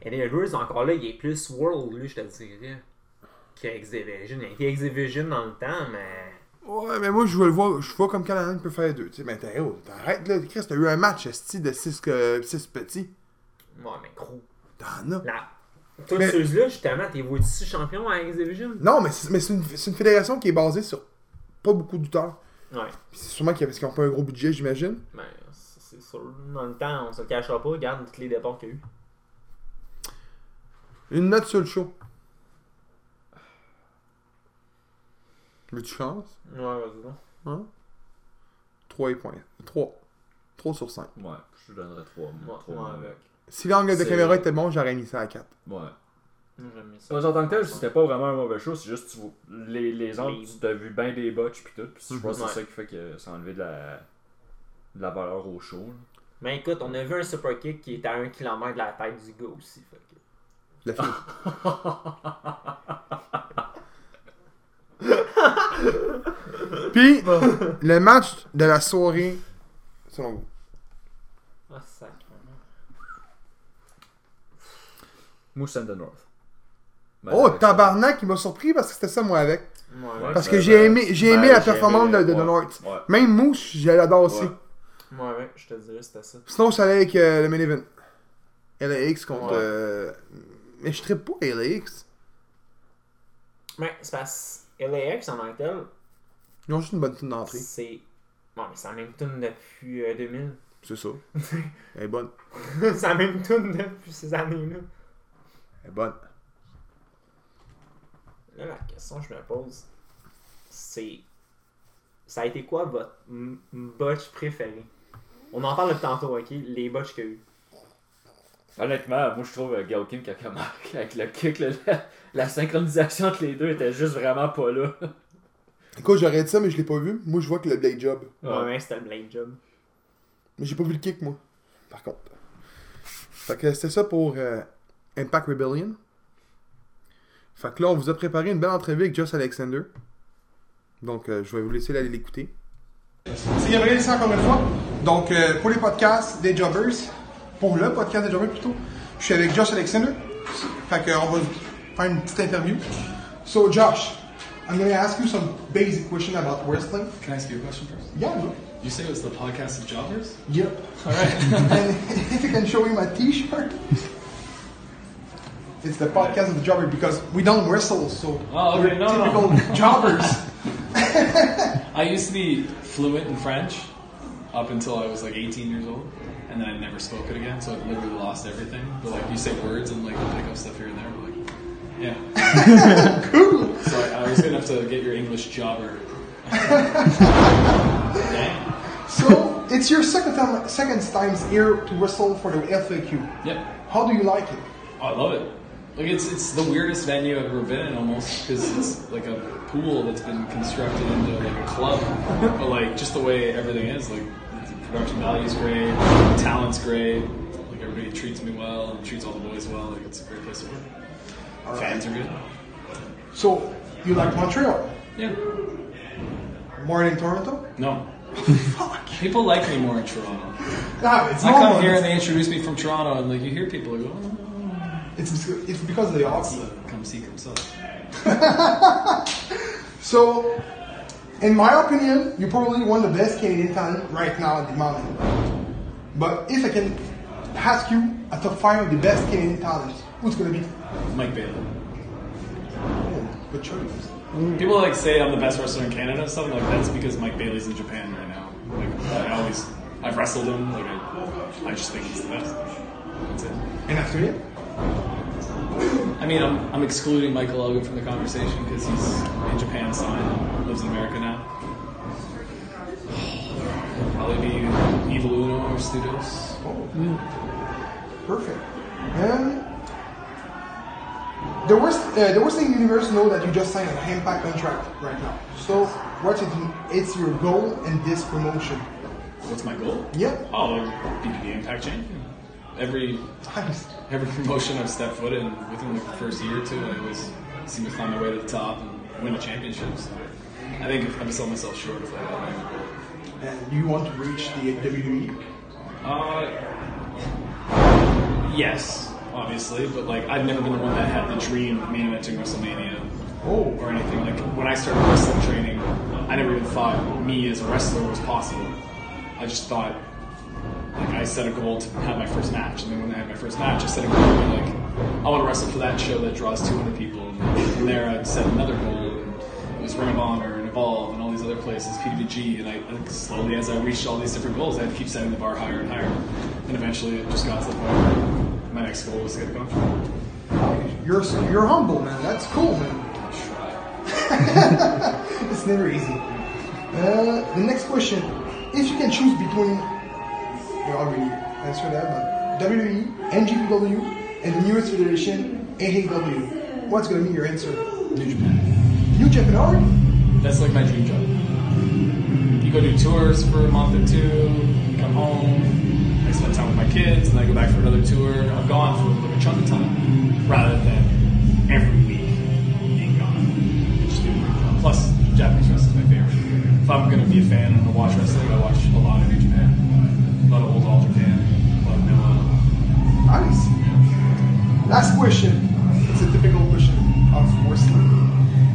Speaker 2: Et les Edwards, encore là, il est plus World, lui, je te dirais. Que X-Division. Il a été X-Division dans le temps, mais.
Speaker 1: Ouais, mais moi, je veux le voir. Je vois comme Callahan peut faire les deux. Tu sais, mais t'as- oh, t'arrêtes là. Chris, t'as eu un match, esti, de 6 petits.
Speaker 2: Ouais, mais gros.
Speaker 1: T'en as.
Speaker 2: La... Toutes
Speaker 1: Mais-
Speaker 2: ceux-là, justement, t'es voué d'ici champion à X-Division.
Speaker 1: Non, mais c'est mais c'est une, c'est une fédération qui est basée sur pas beaucoup de lutteurs.
Speaker 2: Ouais.
Speaker 1: Puis c'est sûrement qu'il y a- parce qu'ils ont pas un gros budget, j'imagine.
Speaker 2: Ben, c'est c'est sûr. Dans le temps, on se le cachera pas. Regarde toutes les départs qu'il y a eu.
Speaker 1: Une note sur le show. Veux-tu chance?
Speaker 2: Ouais, vas-y, donc.
Speaker 1: Hein? 3 points. 3. 3 sur 5.
Speaker 3: Ouais, je lui donnerais 3
Speaker 2: Moi,
Speaker 3: mois.
Speaker 2: moi,
Speaker 3: avec.
Speaker 2: avec.
Speaker 1: Si l'angle de
Speaker 3: C'est-
Speaker 1: caméra était bon, j'aurais mis ça à 4.
Speaker 3: Ouais.
Speaker 2: Moi, j'aime ça.
Speaker 3: En tant que tel, c'était pas vraiment un mauvais show, c'est juste tu vois- les, les angles,
Speaker 2: Les-
Speaker 3: tu t'as vu bien des botches pis tout, pis je pense que
Speaker 2: Ouais.
Speaker 3: c'est ça qui fait que ça a enlevé de la, de la valeur au show. là.
Speaker 2: Mais Ben, écoute, on a vu un super kick qui était à 1 km de la tête du gars aussi. Fait que...
Speaker 1: La
Speaker 3: [laughs]
Speaker 1: fille. Puis, le match de la soirée, selon vous.
Speaker 2: Ah, sacrément.
Speaker 3: Moose and the North. Ben,
Speaker 1: Oh,
Speaker 3: avec ça.
Speaker 1: tabarnak, il m'a surpris parce que c'était ça, moi, avec.
Speaker 2: Ouais,
Speaker 3: Ouais,
Speaker 1: Parce
Speaker 3: ben,
Speaker 1: que
Speaker 3: ben,
Speaker 1: j'ai aimé, j'ai
Speaker 3: ben,
Speaker 1: aimé la
Speaker 3: j'ai
Speaker 1: performance
Speaker 3: aimé,
Speaker 1: de, de
Speaker 3: ouais.
Speaker 1: North.
Speaker 3: Ouais.
Speaker 1: Même Mouche, je l'adore aussi.
Speaker 3: Ouais.
Speaker 2: ouais, ouais, je te dirais, c'était ça.
Speaker 1: Sinon, je suis allé avec euh, le main event. LAX contre.
Speaker 3: Ouais.
Speaker 1: euh, Mais je trippe pas LAX.
Speaker 2: Mais Ben, c'est parce que LAX en tant que tel,
Speaker 1: Ils ont juste une bonne tune d'entrée.
Speaker 2: c'est. Bon, mais c'est la même tune depuis euh, 2000.
Speaker 1: C'est ça. Elle est bonne.
Speaker 2: [laughs] c'est la même tune depuis ces années-là.
Speaker 1: Elle est bonne.
Speaker 2: Là, la question que je me pose, c'est. Ça a été quoi votre m- botch préféré On en parle depuis tantôt, ok Les botches qu'il y a eu.
Speaker 3: Honnêtement, moi je trouve euh, Gail Kim qui a commencé [laughs] avec le kick, là, la, la synchronisation entre les deux était juste vraiment pas là.
Speaker 1: Écoute, j'aurais dit ça, mais je l'ai pas vu. Moi, je vois que le Blade Job.
Speaker 2: Ouais,
Speaker 3: Ouais.
Speaker 2: mais c'était le blade job.
Speaker 1: Mais j'ai pas vu le kick, moi. Par contre. Fait que c'était ça pour euh, Impact Rebellion. Fait que là, on vous a préparé une belle entrevue avec Joss Alexander. Donc, euh, je vais vous laisser aller l'écouter. C'est Gabriel ici encore une fois. Donc, euh, pour les podcasts des Jobbers, pour le podcast des Jobbers plutôt, je suis avec Josh Alexander. Fait que, euh, on va faire une petite interview. So, Josh, I'm going to ask you some basic questions about wrestling.
Speaker 4: Can I ask you a question first?
Speaker 1: Yeah, bro.
Speaker 4: You say it was the podcast of jobbers?
Speaker 1: Yep.
Speaker 4: All right.
Speaker 1: and [laughs] if you can show me my t-shirt it's the podcast of the jobber because we don't wrestle so
Speaker 4: Oh, okay,
Speaker 1: we're
Speaker 4: no, no.
Speaker 1: typical
Speaker 4: [laughs]
Speaker 1: jobbers
Speaker 4: I used to be fluent in French up until I was like 18 years old, and then I never spoke it again, so I literally lost everything. But like, you say words and like you pick up stuff here and there, but like, yeah. cool. So I, I was gonna have to get your English jobber. Dang.
Speaker 1: so it's your second time second times here to wrestle for the faq
Speaker 4: Yep.
Speaker 1: how do you like it
Speaker 4: Oh, I love it. Like it's it's the weirdest venue I've ever been in almost because it's like a pool that's been constructed into like a club, but like just the way everything is, like the production value's great, talent's great, like everybody treats me well and treats all the boys well. Like it's a great place to work. Fans are good.
Speaker 1: so you like montreal
Speaker 4: Yeah.
Speaker 1: more than toronto
Speaker 4: No.
Speaker 1: fuck
Speaker 4: People like me more in Toronto.
Speaker 1: Ah, it's
Speaker 4: I
Speaker 1: normal.
Speaker 4: come here and they introduce me from Toronto, and like you hear people go, oh,
Speaker 1: it's, it's because of the arts.
Speaker 4: "Come see, come saw."
Speaker 1: So, in my opinion, you're probably one of the best Canadian talent right now at the moment. But if I can ask you a top five of the best Canadian talent, who's gonna be?
Speaker 4: Mike Bailey.
Speaker 1: Oh, good choice.
Speaker 4: People like say I'm the best wrestler in Canada and stuff. Like that's because Mike Bailey's in Japan right now. Like I always, I've wrestled him. Like I, I just think he's the best. That's it.
Speaker 1: And after him?
Speaker 4: I mean, I'm, I'm excluding Michael Elgin from the conversation because he's in Japan, signed, and lives in America now. Probably be Evil Uno or Studios.
Speaker 1: Oh, perfect. And the worst, uh, the worst thing universe know that you just signed an impact contract right now. So what is it's your goal in this promotion?
Speaker 4: What's my goal?
Speaker 1: Yeah.
Speaker 4: Oh, like, be the Impact champion. Every
Speaker 1: Nice.
Speaker 4: every promotion I've stepped foot in, within the first year or two, I always seem to find my way to the top and win a championship. So I think if I'm selling myself short if I don't have a goal.
Speaker 1: And you want to reach the E? WWE?
Speaker 4: Uh, yes, obviously, but like I've never been the one that had the dream of main eventing WrestleMania
Speaker 1: Oh,
Speaker 4: or anything. Like when I started wrestling training, I never even thought me as a wrestler was possible. I just thought like I set a goal to have my first match, and then when I had my first match, I set a goal to be like I want to wrestle for that show that draws 200 people. And from there, I set another goal. And it was Ring of Honor and Evolve and all these other places, PWG, and I and slowly as I reached all these different goals, I had to keep setting the bar higher and higher, and eventually it just got to the point where my next goal was to get a contract.
Speaker 1: you're you're humble, man. That's cool, man. [laughs] It's never easy. Uh, the next question: If you can choose between, you already answered that, but E, WWE, NGPW, and the newest federation, AAW, what's gonna be your answer?
Speaker 4: New Japan.
Speaker 1: New Japan already?
Speaker 4: That's like my dream job. You go do tours for a month or two, come home, I spend time with my kids, and I go back for another tour. I'm gone for like a chunk of time rather than every week being gone. and Just doing my job. Plus, Japanese wrestling is my favorite. If I'm going to be a fan and I'm gonna watch wrestling, I watch a lot of New Japan, a lot of old All Japan, a lot of Noah.
Speaker 1: Nice. Last question. It's a typical question of wrestling.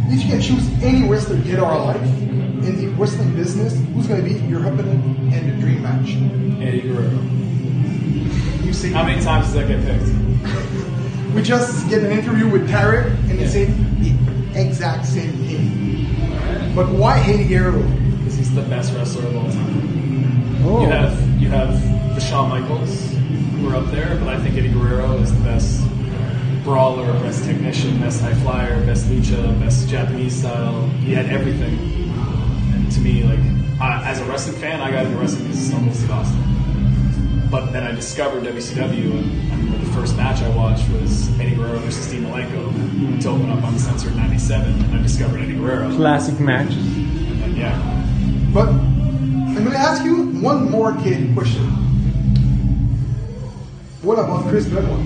Speaker 1: If you can choose any wrestler dead or alive in the wrestling business, who's gonna be your opponent and the dream match?
Speaker 4: Eddie Guerrero.
Speaker 1: You see,
Speaker 4: How many times does that get picked?
Speaker 1: we just get an interview with Tarek and they
Speaker 4: Yeah.
Speaker 1: say the exact same thing. But why Eddie Guerrero?
Speaker 4: Because he's the best wrestler of all time. You have you have the Shawn Michaels who are up there, but I think Eddie Guerrero is the best brawler, best technician, best high flyer, best lucha, best Japanese style. He had everything, and to me, like I, as a wrestling fan, I got into wrestling because of Stone Cold Steve Austin. But then I discovered WCW, and I remember the first match I watched was Eddie Guerrero versus Dean Malenko to open up Uncensored '97, and I discovered Eddie Guerrero.
Speaker 2: Classic match.
Speaker 4: And yeah.
Speaker 1: But I'm gonna ask you one more kid question. What about Chris Benoit?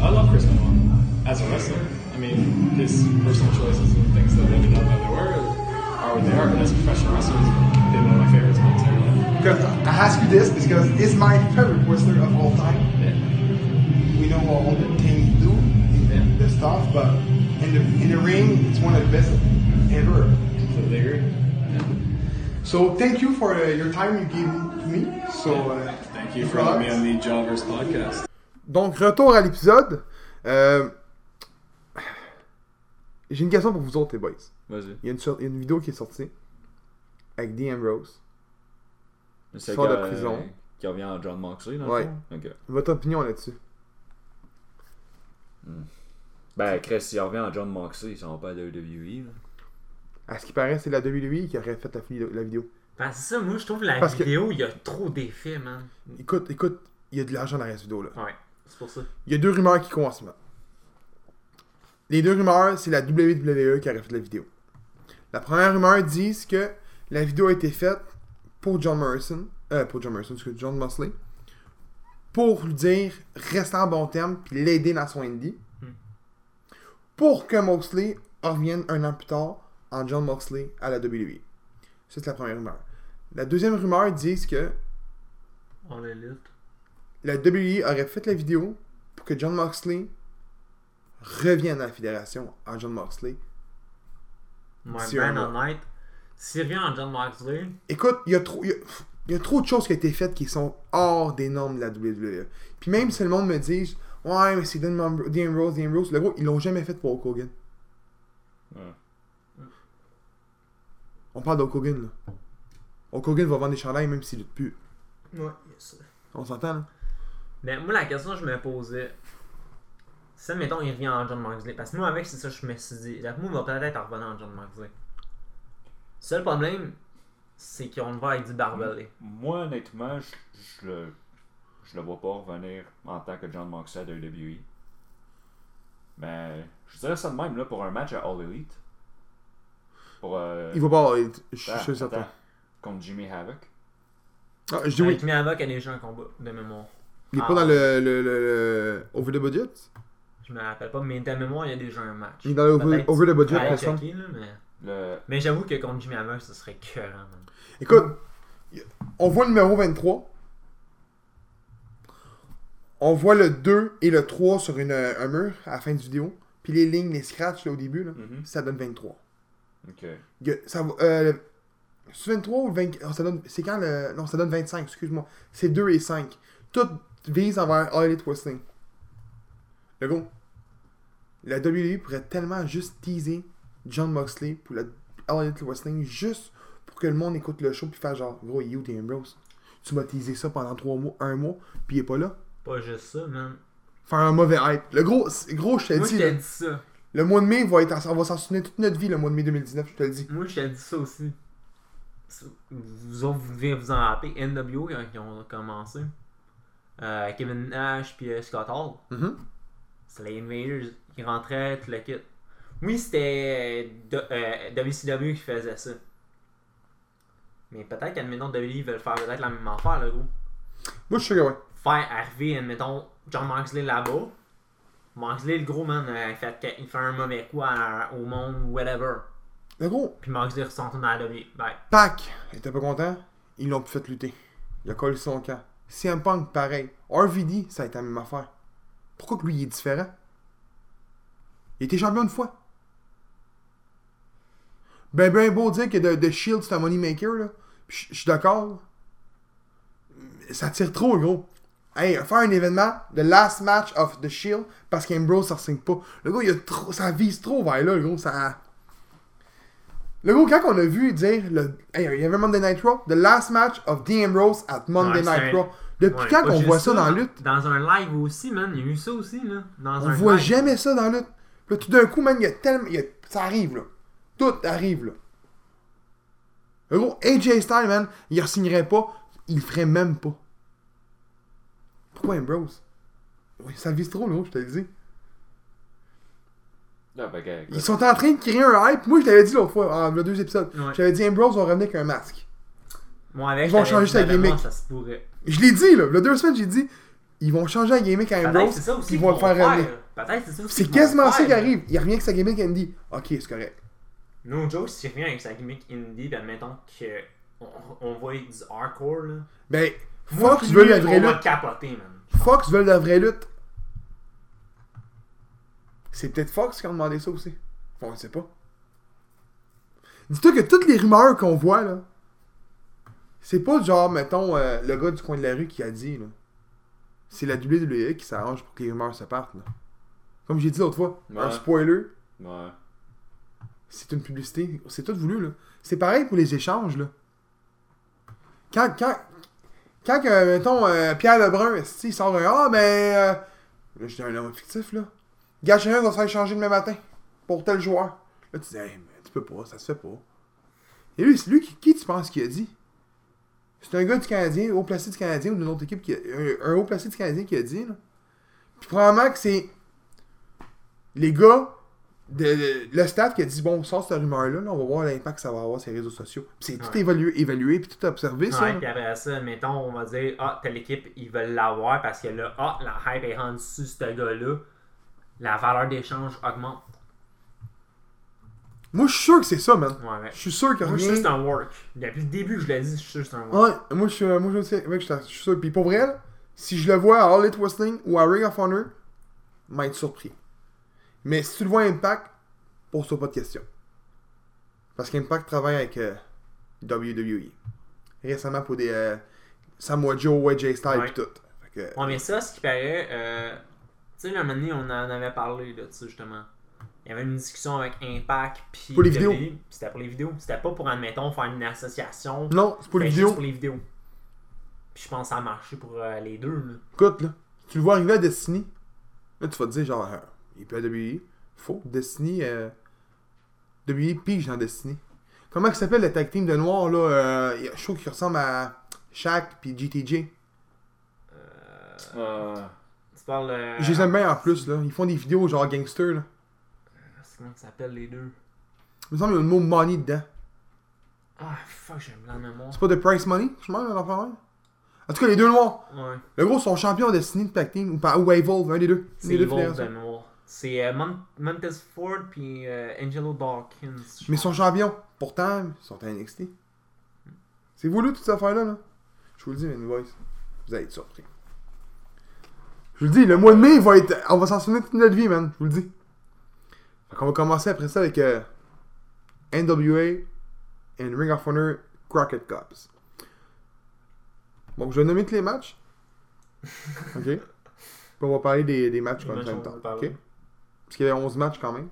Speaker 4: I love Chris Benoit as a wrestler. I mean, his personal choices and things that ended up how they were are what they are. But as a professional wrestler, he's been one of my favorites my entire life.
Speaker 1: Because I ask you this because it's my favorite wrestler of all time.
Speaker 4: Yeah.
Speaker 1: we know all the things you do and the stuff, but in the in the ring, it's one of the best ever.
Speaker 4: Completely agree.
Speaker 1: So thank you for uh, your time you gave to me. So uh,
Speaker 4: Thank you for having me on the Jobbers podcast.
Speaker 5: Donc, retour à l'épisode. Euh, J'ai une question pour vous autres, les boys.
Speaker 3: [laughs] Vas-y.
Speaker 5: Il y a une, sor- il y a une vidéo qui est sortie avec D. Ambrose.
Speaker 3: C'est
Speaker 5: Sort de
Speaker 3: quand, euh,
Speaker 5: prison.
Speaker 3: Qui revient à John Moxley, dans
Speaker 5: Ouais.
Speaker 3: le fond? Ok.
Speaker 5: Votre opinion là-dessus
Speaker 3: Ben, Chris, s'il revient à John Moxley, ils sont pas à WWE. Là.
Speaker 5: À ce qui paraît, c'est la WWE qui aurait fait la, fi- la vidéo.
Speaker 2: Ben, c'est ça, moi, je trouve la
Speaker 5: Parce que-
Speaker 2: vidéo, il y a trop d'effets, man.
Speaker 5: Écoute, écoute, il y a de l'argent dans cette vidéo-là.
Speaker 2: Ouais, c'est pour ça.
Speaker 5: Il y a deux rumeurs qui courent en ce moment. Les deux rumeurs, c'est la WWE qui aurait fait la vidéo. La première rumeur dit que la vidéo a été faite pour John Morrison, euh, pour John Morrison, excusez, John Mosley, pour lui dire rester en bon terme puis l'aider dans son indie, pour que Moxley revienne un an plus tard en John Moxley à E. la WWE. Ça, c'est la première rumeur.
Speaker 1: La deuxième rumeur dit que
Speaker 2: Oh,
Speaker 3: On élite.
Speaker 1: la WWE aurait fait la vidéo pour que John Moxley revienne à la fédération en John Moxley.
Speaker 6: My
Speaker 1: D'ici un
Speaker 6: man on night. S'il revient en John Moxley,
Speaker 1: Écoute, il y a trop. il y a- il y a trop de choses qui ont été faites qui sont hors des normes de la WWE. Puis même si le monde me dit Ouais, mais c'est Dean Ambro- Dean Ambrose, Dean Ambrose, le gros, ils l'ont jamais fait pour Hulk Hogan.
Speaker 3: Ouais.
Speaker 1: On parle d'Hulk Hogan, là. Hulk Hogan va vendre des chandails même s'il lutte plus.
Speaker 6: ouais, yes.
Speaker 1: On s'entend, là?
Speaker 6: Mais moi, la question que je me posais, c'est, mettons, il revient en John Moxley. Parce que moi, avec, c'est ça, je me suis dit, la moi, il va peut-être en revenir en John Moxley. Seul problème, c'est qu'on le voit avec du barbelé.
Speaker 3: Moi, honnêtement, je, je le, je le vois pas revenir en tant que John Moxley à WWE. E. Mais je dirais ça de même là, pour un match à All Elite. Pour, euh,
Speaker 1: Il va pas. il- Je suis
Speaker 3: attends,
Speaker 1: sûr et certain.
Speaker 3: Ah, attends, contre Jimmy Havoc.
Speaker 1: Ah, je dis oui.
Speaker 6: Avec Mihawk, elle est déjà en combat, de mémoire.
Speaker 1: Il est
Speaker 6: Ah.
Speaker 1: pas dans le, le, le, le over the budget.
Speaker 6: Je me rappelle pas, mais de mémoire, il y a déjà un match.
Speaker 1: Il est dans le over,
Speaker 6: Peut-être
Speaker 1: over the budget,
Speaker 6: aller
Speaker 1: personne.
Speaker 6: checker, là, mais...
Speaker 3: Le,
Speaker 6: mais j'avoue que contre Jimmy Havoc, ce serait cœur. hein,
Speaker 1: Écoute, y- on voit le numéro 23. On voit le 2 et le 3 sur une, un mur à la fin du vidéo. Puis les lignes, les scratchs là, au début, là,
Speaker 3: Mhm.
Speaker 1: ça donne 23.
Speaker 3: Ok.
Speaker 1: Y a- ça va- euh, c'est 23 ou 20, oh, ça donne, c'est quand le, non, ça donne 25, excuse-moi. C'est 2 et 5. Tout vise envers All Elite Wrestling. Le gros, la WWE pourrait tellement juste teaser John Moxley pour la All Elite Wrestling juste pour que le monde écoute le show puis faire genre, gros, il est où Dean Ambrose? Tu m'as teasé ça pendant 3 mois, 1 mois, puis il est pas là.
Speaker 6: Pas juste ça, man.
Speaker 1: Faire un mauvais hype. Le gros, c'est- gros je te
Speaker 6: Moi, je
Speaker 1: dis,
Speaker 6: t'ai
Speaker 1: là,
Speaker 6: dit ça.
Speaker 1: le mois de mai, va être, on va s'en souvenir toute notre vie, le mois de mai 2019, je te le dis.
Speaker 6: Moi, je t'ai dit ça aussi. Vous autres, vous devez vous en rappeler. NWO, quand ils ont commencé. Euh, Kevin Nash puis euh, Scott Hall.
Speaker 1: Mhm.
Speaker 6: C'est les Invaders qui rentraient, tout le kit. Oui, c'était euh, de- euh, WCW qui faisait ça. Mais peut-être qu'admettons, WWE veulent faire peut-être la même affaire, le gros.
Speaker 1: Moi, je suis sûr que ouais.
Speaker 6: faire arriver, admettons, John Moxley là-bas. Moxley, le gros man, euh, il fait, il fait un mauvais coup à- au monde, whatever.
Speaker 1: Le gros,
Speaker 6: Puis Moxley ressort dans la WWE. Bye.
Speaker 1: Pac était pas content, ils l'ont plus fait lutter. Il a collé son camp. CM Punk, pareil. RVD, ça a été la même affaire. Pourquoi que lui, il est différent? Il était champion une fois. Ben, ben beau dire que The, The Shield, c'est un moneymaker, là. Puis Je je suis d'accord. là. Mais Ça tire trop, gros. Hey, faire un événement, The Last Match of The Shield, parce qu'Ambrose, ça signe pas. Le gars, il a trop, ça vise trop vers là, le gros. Ça... Le gros, quand on a vu dire, le, hey, il y avait Monday Night Raw, The Last Match of The Ambrose at Monday
Speaker 6: Ouais,
Speaker 1: Night
Speaker 6: c'est-
Speaker 1: Raw. Depuis
Speaker 6: Ouais,
Speaker 1: quand
Speaker 6: pas
Speaker 1: qu'on
Speaker 6: juste
Speaker 1: voit ça dans la
Speaker 6: man.
Speaker 1: lutte?
Speaker 6: Dans un live aussi, man. Il y a eu ça aussi, là. Dans
Speaker 1: On
Speaker 6: un
Speaker 1: voit
Speaker 6: live.
Speaker 1: jamais ça dans la lutte. Puis là, tout d'un coup, man, il y a tellement. il y a- Ça arrive, là. Tout arrive, là. Le gros, AJ Styles, man, il ne signerait pas. Il le ferait même pas. Pourquoi Ambrose Oui, Ça vise trop, là, je te le dis.
Speaker 3: Là, ben, gars,
Speaker 1: Ils sont en train de créer un hype. Moi, je t'avais dit l'autre fois, en le deux épisodes.
Speaker 6: Ouais.
Speaker 1: J'avais dit Ambrose, on revenait avec un masque.
Speaker 6: Moi, avec,
Speaker 1: Ils vont changer
Speaker 6: j'avais dit,
Speaker 1: sa
Speaker 6: ben, moi,
Speaker 1: gimmick.
Speaker 6: Ça se pourrait.
Speaker 1: Je l'ai dit, là. Il y a deux semaines, j'ai dit ils vont changer la gimmick à
Speaker 6: Peut-être
Speaker 1: Ambrose.
Speaker 6: Ah, ben, c'est ça
Speaker 1: Ils
Speaker 6: aussi. qu'ils
Speaker 1: vont le
Speaker 6: vont
Speaker 1: faire
Speaker 6: faire.
Speaker 1: revenir.
Speaker 6: Peut-être c'est ça aussi.
Speaker 1: C'est
Speaker 6: qu'ils vont
Speaker 1: quasiment
Speaker 6: faire,
Speaker 1: ça qui
Speaker 6: là.
Speaker 1: arrive. Il revient avec sa gimmick Andy. Ok, c'est correct.
Speaker 6: No joke, s'il revient avec sa gimmick indie, ben, admettons que. On, on voit du hardcore, là.
Speaker 1: Ben,
Speaker 6: Moi,
Speaker 1: Fox
Speaker 6: puis
Speaker 1: veut
Speaker 6: lui,
Speaker 1: la vraie
Speaker 6: on va
Speaker 1: lutte.
Speaker 6: capoter, man.
Speaker 1: Fox veulent la vraie lutte. C'est peut-être Fox qui a demandé ça aussi. Bon, on sait pas. Dis-toi que toutes les rumeurs qu'on voit, là, c'est pas genre, mettons, euh, le gars du coin de la rue qui a dit, là. C'est la WWE qui s'arrange pour que les rumeurs se partent, là. Comme j'ai dit l'autre fois, un
Speaker 3: Ouais.
Speaker 1: spoiler,
Speaker 3: Ouais.
Speaker 1: c'est une publicité. C'est tout voulu, là. C'est pareil pour les échanges, là. Quand, quand, quand que, mettons, euh, Pierre Lebrun, esti, il sort un Ah, ben. euh, là, je dis un nom fictif, là. Gachin va se faire échanger demain matin pour tel joueur. Là, tu dis, hey, mais tu peux pas, ça se fait pas. Et lui, c'est lui qui, qui tu penses qu'il a dit C'est un gars du Canadien, haut placé du Canadien ou d'une autre équipe, qui a- un, un haut placé du Canadien qui a dit, là. Puis probablement que c'est. Les gars de- le staff qui a dit bon, on sort cette rumeur-là, là, on va voir l'impact que ça va avoir sur les réseaux sociaux. Puis c'est tout
Speaker 6: Ouais.
Speaker 1: évalué, évalué, puis tout observé, ça.
Speaker 6: Ouais,
Speaker 1: là.
Speaker 6: puis après ça, mettons, on va dire, ah, telle équipe, ils veulent l'avoir parce que là, ah, la hype est rendue sur ce gars-là. La valeur d'échange augmente.
Speaker 1: Moi, je suis sûr que c'est ça, man.
Speaker 2: Ouais, mais.
Speaker 1: Je suis sûr que
Speaker 2: Moi, je
Speaker 1: rien...
Speaker 2: suis sûr que c'est un work. Depuis le début, je l'ai dit, je suis sûr que c'est un work.
Speaker 1: Ouais, moi je suis euh, moi je sais, mec, je suis- je suis sûr. Puis pour vrai, là, si je le vois à All It Wrestling ou à Ring of Honor, m'être surpris. Mais si tu le vois à Impact, pose-toi pas de questions. Parce qu'Impact travaille avec euh, WWE. Récemment pour des euh, Samoa Joe, AJ Styles
Speaker 2: Ouais.
Speaker 1: pis tout. Fait que,
Speaker 2: Ouais, mais ça, ce qui paraît, euh, tu sais, le moment donné, on en avait parlé de ça, justement. Il y avait une discussion avec Impact, puis.
Speaker 1: Pour les vidéos.
Speaker 2: WWE, puis C'était pour les vidéos. C'était pas pour, admettons, faire une association.
Speaker 1: Non, c'est pour les
Speaker 2: C'était
Speaker 1: vidéos.
Speaker 2: Ben, juste pour les vidéos. Puis je pense que ça a marché pour euh, les deux, là.
Speaker 1: Écoute, là, tu le vois arriver à Destiny, là, tu vas te dire, genre, euh, il peut à WWE. Faux. Destiny, euh, WWE pige dans Destiny. Comment il s'appelle le tag team de noir, là euh, il y a- Je trouve qu'il ressemble à Shaq puis GTJ.
Speaker 3: Euh,
Speaker 2: Tu parles. euh,
Speaker 1: Je les aime bien en plus, là. Ils font des vidéos genre gangster, là.
Speaker 2: Comment ça s'appelle les deux
Speaker 1: Il me semble qu'il y a le mot money dedans.
Speaker 2: Ah, fuck, j'ai un blanc de mémoire.
Speaker 1: C'est pas de price money, je m'en là, l'enfant même. En tout cas, les deux noirs.
Speaker 2: Ouais.
Speaker 1: Le gros sont champions de Destiny de tag team, ou, par, ou Evolve, un des deux. Une
Speaker 2: C'est
Speaker 1: des deux
Speaker 2: Evil
Speaker 1: fédérations.
Speaker 2: de mémoire. C'est euh, Mon- Montez Ford, puis euh, Angelo Dawkins. je
Speaker 1: Mais ils
Speaker 2: pense.
Speaker 1: sont champions. Pourtant, ils sont à NXT. C'est voulu toute cette affaire-là, là. Je vous le dis, man, boys. Vous allez être surpris. Je vous le dis, le mois de mai, il va être. On va s'en souvenir toute notre vie, man. Je vous le dis. Fait qu'on va commencer après ça avec euh, NWA and Ring of Honor Crockett Cups. Donc, je vais nommer tous les
Speaker 2: [laughs]
Speaker 1: matchs. OK? Puis on va parler des, des matchs
Speaker 2: Les
Speaker 1: qu'on a
Speaker 2: matchs,
Speaker 1: en même
Speaker 2: on
Speaker 1: temps.
Speaker 2: va
Speaker 1: OK?
Speaker 2: parler.
Speaker 1: Parce qu'il y avait 11 matchs quand même.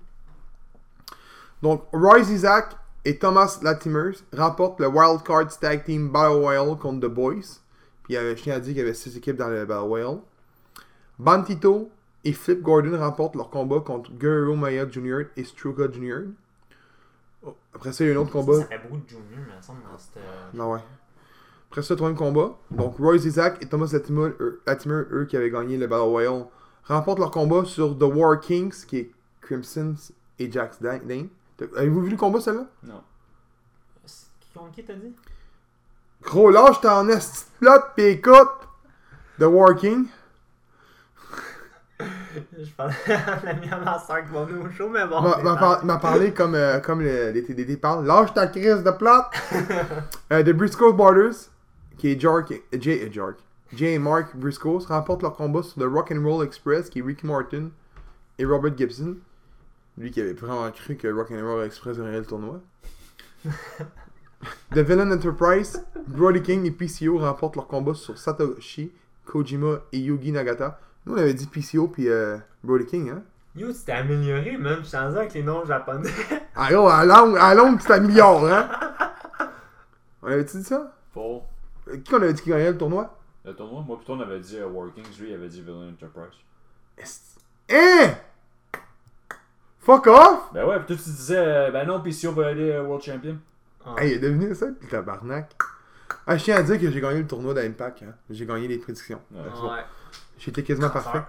Speaker 1: Donc, Royce Isaac et Thomas Latimers remportent le Wild Card Tag Team Battle Royale contre The Boys. Puis il y avait, je tiens à dire qu'il y avait 6 équipes dans le Battle Royale. Bantito et Flip Gordon remportent leur combat contre Guerrero Maya Jr. et Struka Jr. Oh, Après ça, il y a un autre combat.
Speaker 2: Ça fait beaucoup de juniors, mais ensemble, dans cette. euh,
Speaker 1: Non, ouais. Après ça, troisième combat. Donc, Royce Isaac et Thomas Latimer, eux, Latimer, eux, qui avaient gagné le Battle Royale, remportent leur combat sur The War Kings, qui est Crimson et Jax Dan- Dane. T'as- Avez-vous vu le combat, celle-là?
Speaker 3: non.
Speaker 2: c'est- Qui contre qui t'as dit
Speaker 1: Gros, lâche t'en est plot, pis écoute! The War King.
Speaker 2: Je parlais [laughs] à l'ami à ma soeur qui va venir au show, mais bon.
Speaker 1: m'a-
Speaker 2: c'est
Speaker 1: m'a
Speaker 2: pas-
Speaker 1: par- m'a parlé comme, euh, comme le- les TDD parlent. Lâche ta crise de plot!
Speaker 2: [laughs]
Speaker 1: Euh, the Briscoe Borders, qui est Jark, euh, Jay, euh, Jark, Jay et Mark Briscoe, se remportent leur combat sur le Rock'n'Roll Express, qui est Ricky Martin et Robert Gibson. Lui qui avait vraiment cru que Rock'n'Roll Express gagnerait le
Speaker 2: [laughs]
Speaker 1: tournoi. the Villain Enterprise, Brody King et PCO remportent leur combat sur Satoshi, Kojima et Yugi Nagata. Nous, on avait dit PCO puis euh, Brody King, hein?
Speaker 2: Yo, tu t'es amélioré, man. Je suis rendu avec les noms japonais.
Speaker 1: Ah yo, à longue, à longue, tu t'améliores, hein? On avait-tu dit ça?
Speaker 3: Pour
Speaker 1: Euh, Qui qu'on avait dit qui gagnait le tournoi?
Speaker 3: le tournoi, moi plutôt on avait dit euh, Workings, lui il avait dit Villain Enterprise.
Speaker 1: Est- Hein? Fuck off!
Speaker 3: Ben ouais, puis toi tu disais, euh, ben non, PCO va aller euh, World Champion.
Speaker 1: Hey, il est devenu ça, le tabarnak. Ah, je tiens à dire que j'ai gagné le tournoi d'Impact, hein. J'ai gagné les prédictions.
Speaker 3: Ouais.
Speaker 2: Ouais.
Speaker 1: J'étais quasiment parfait.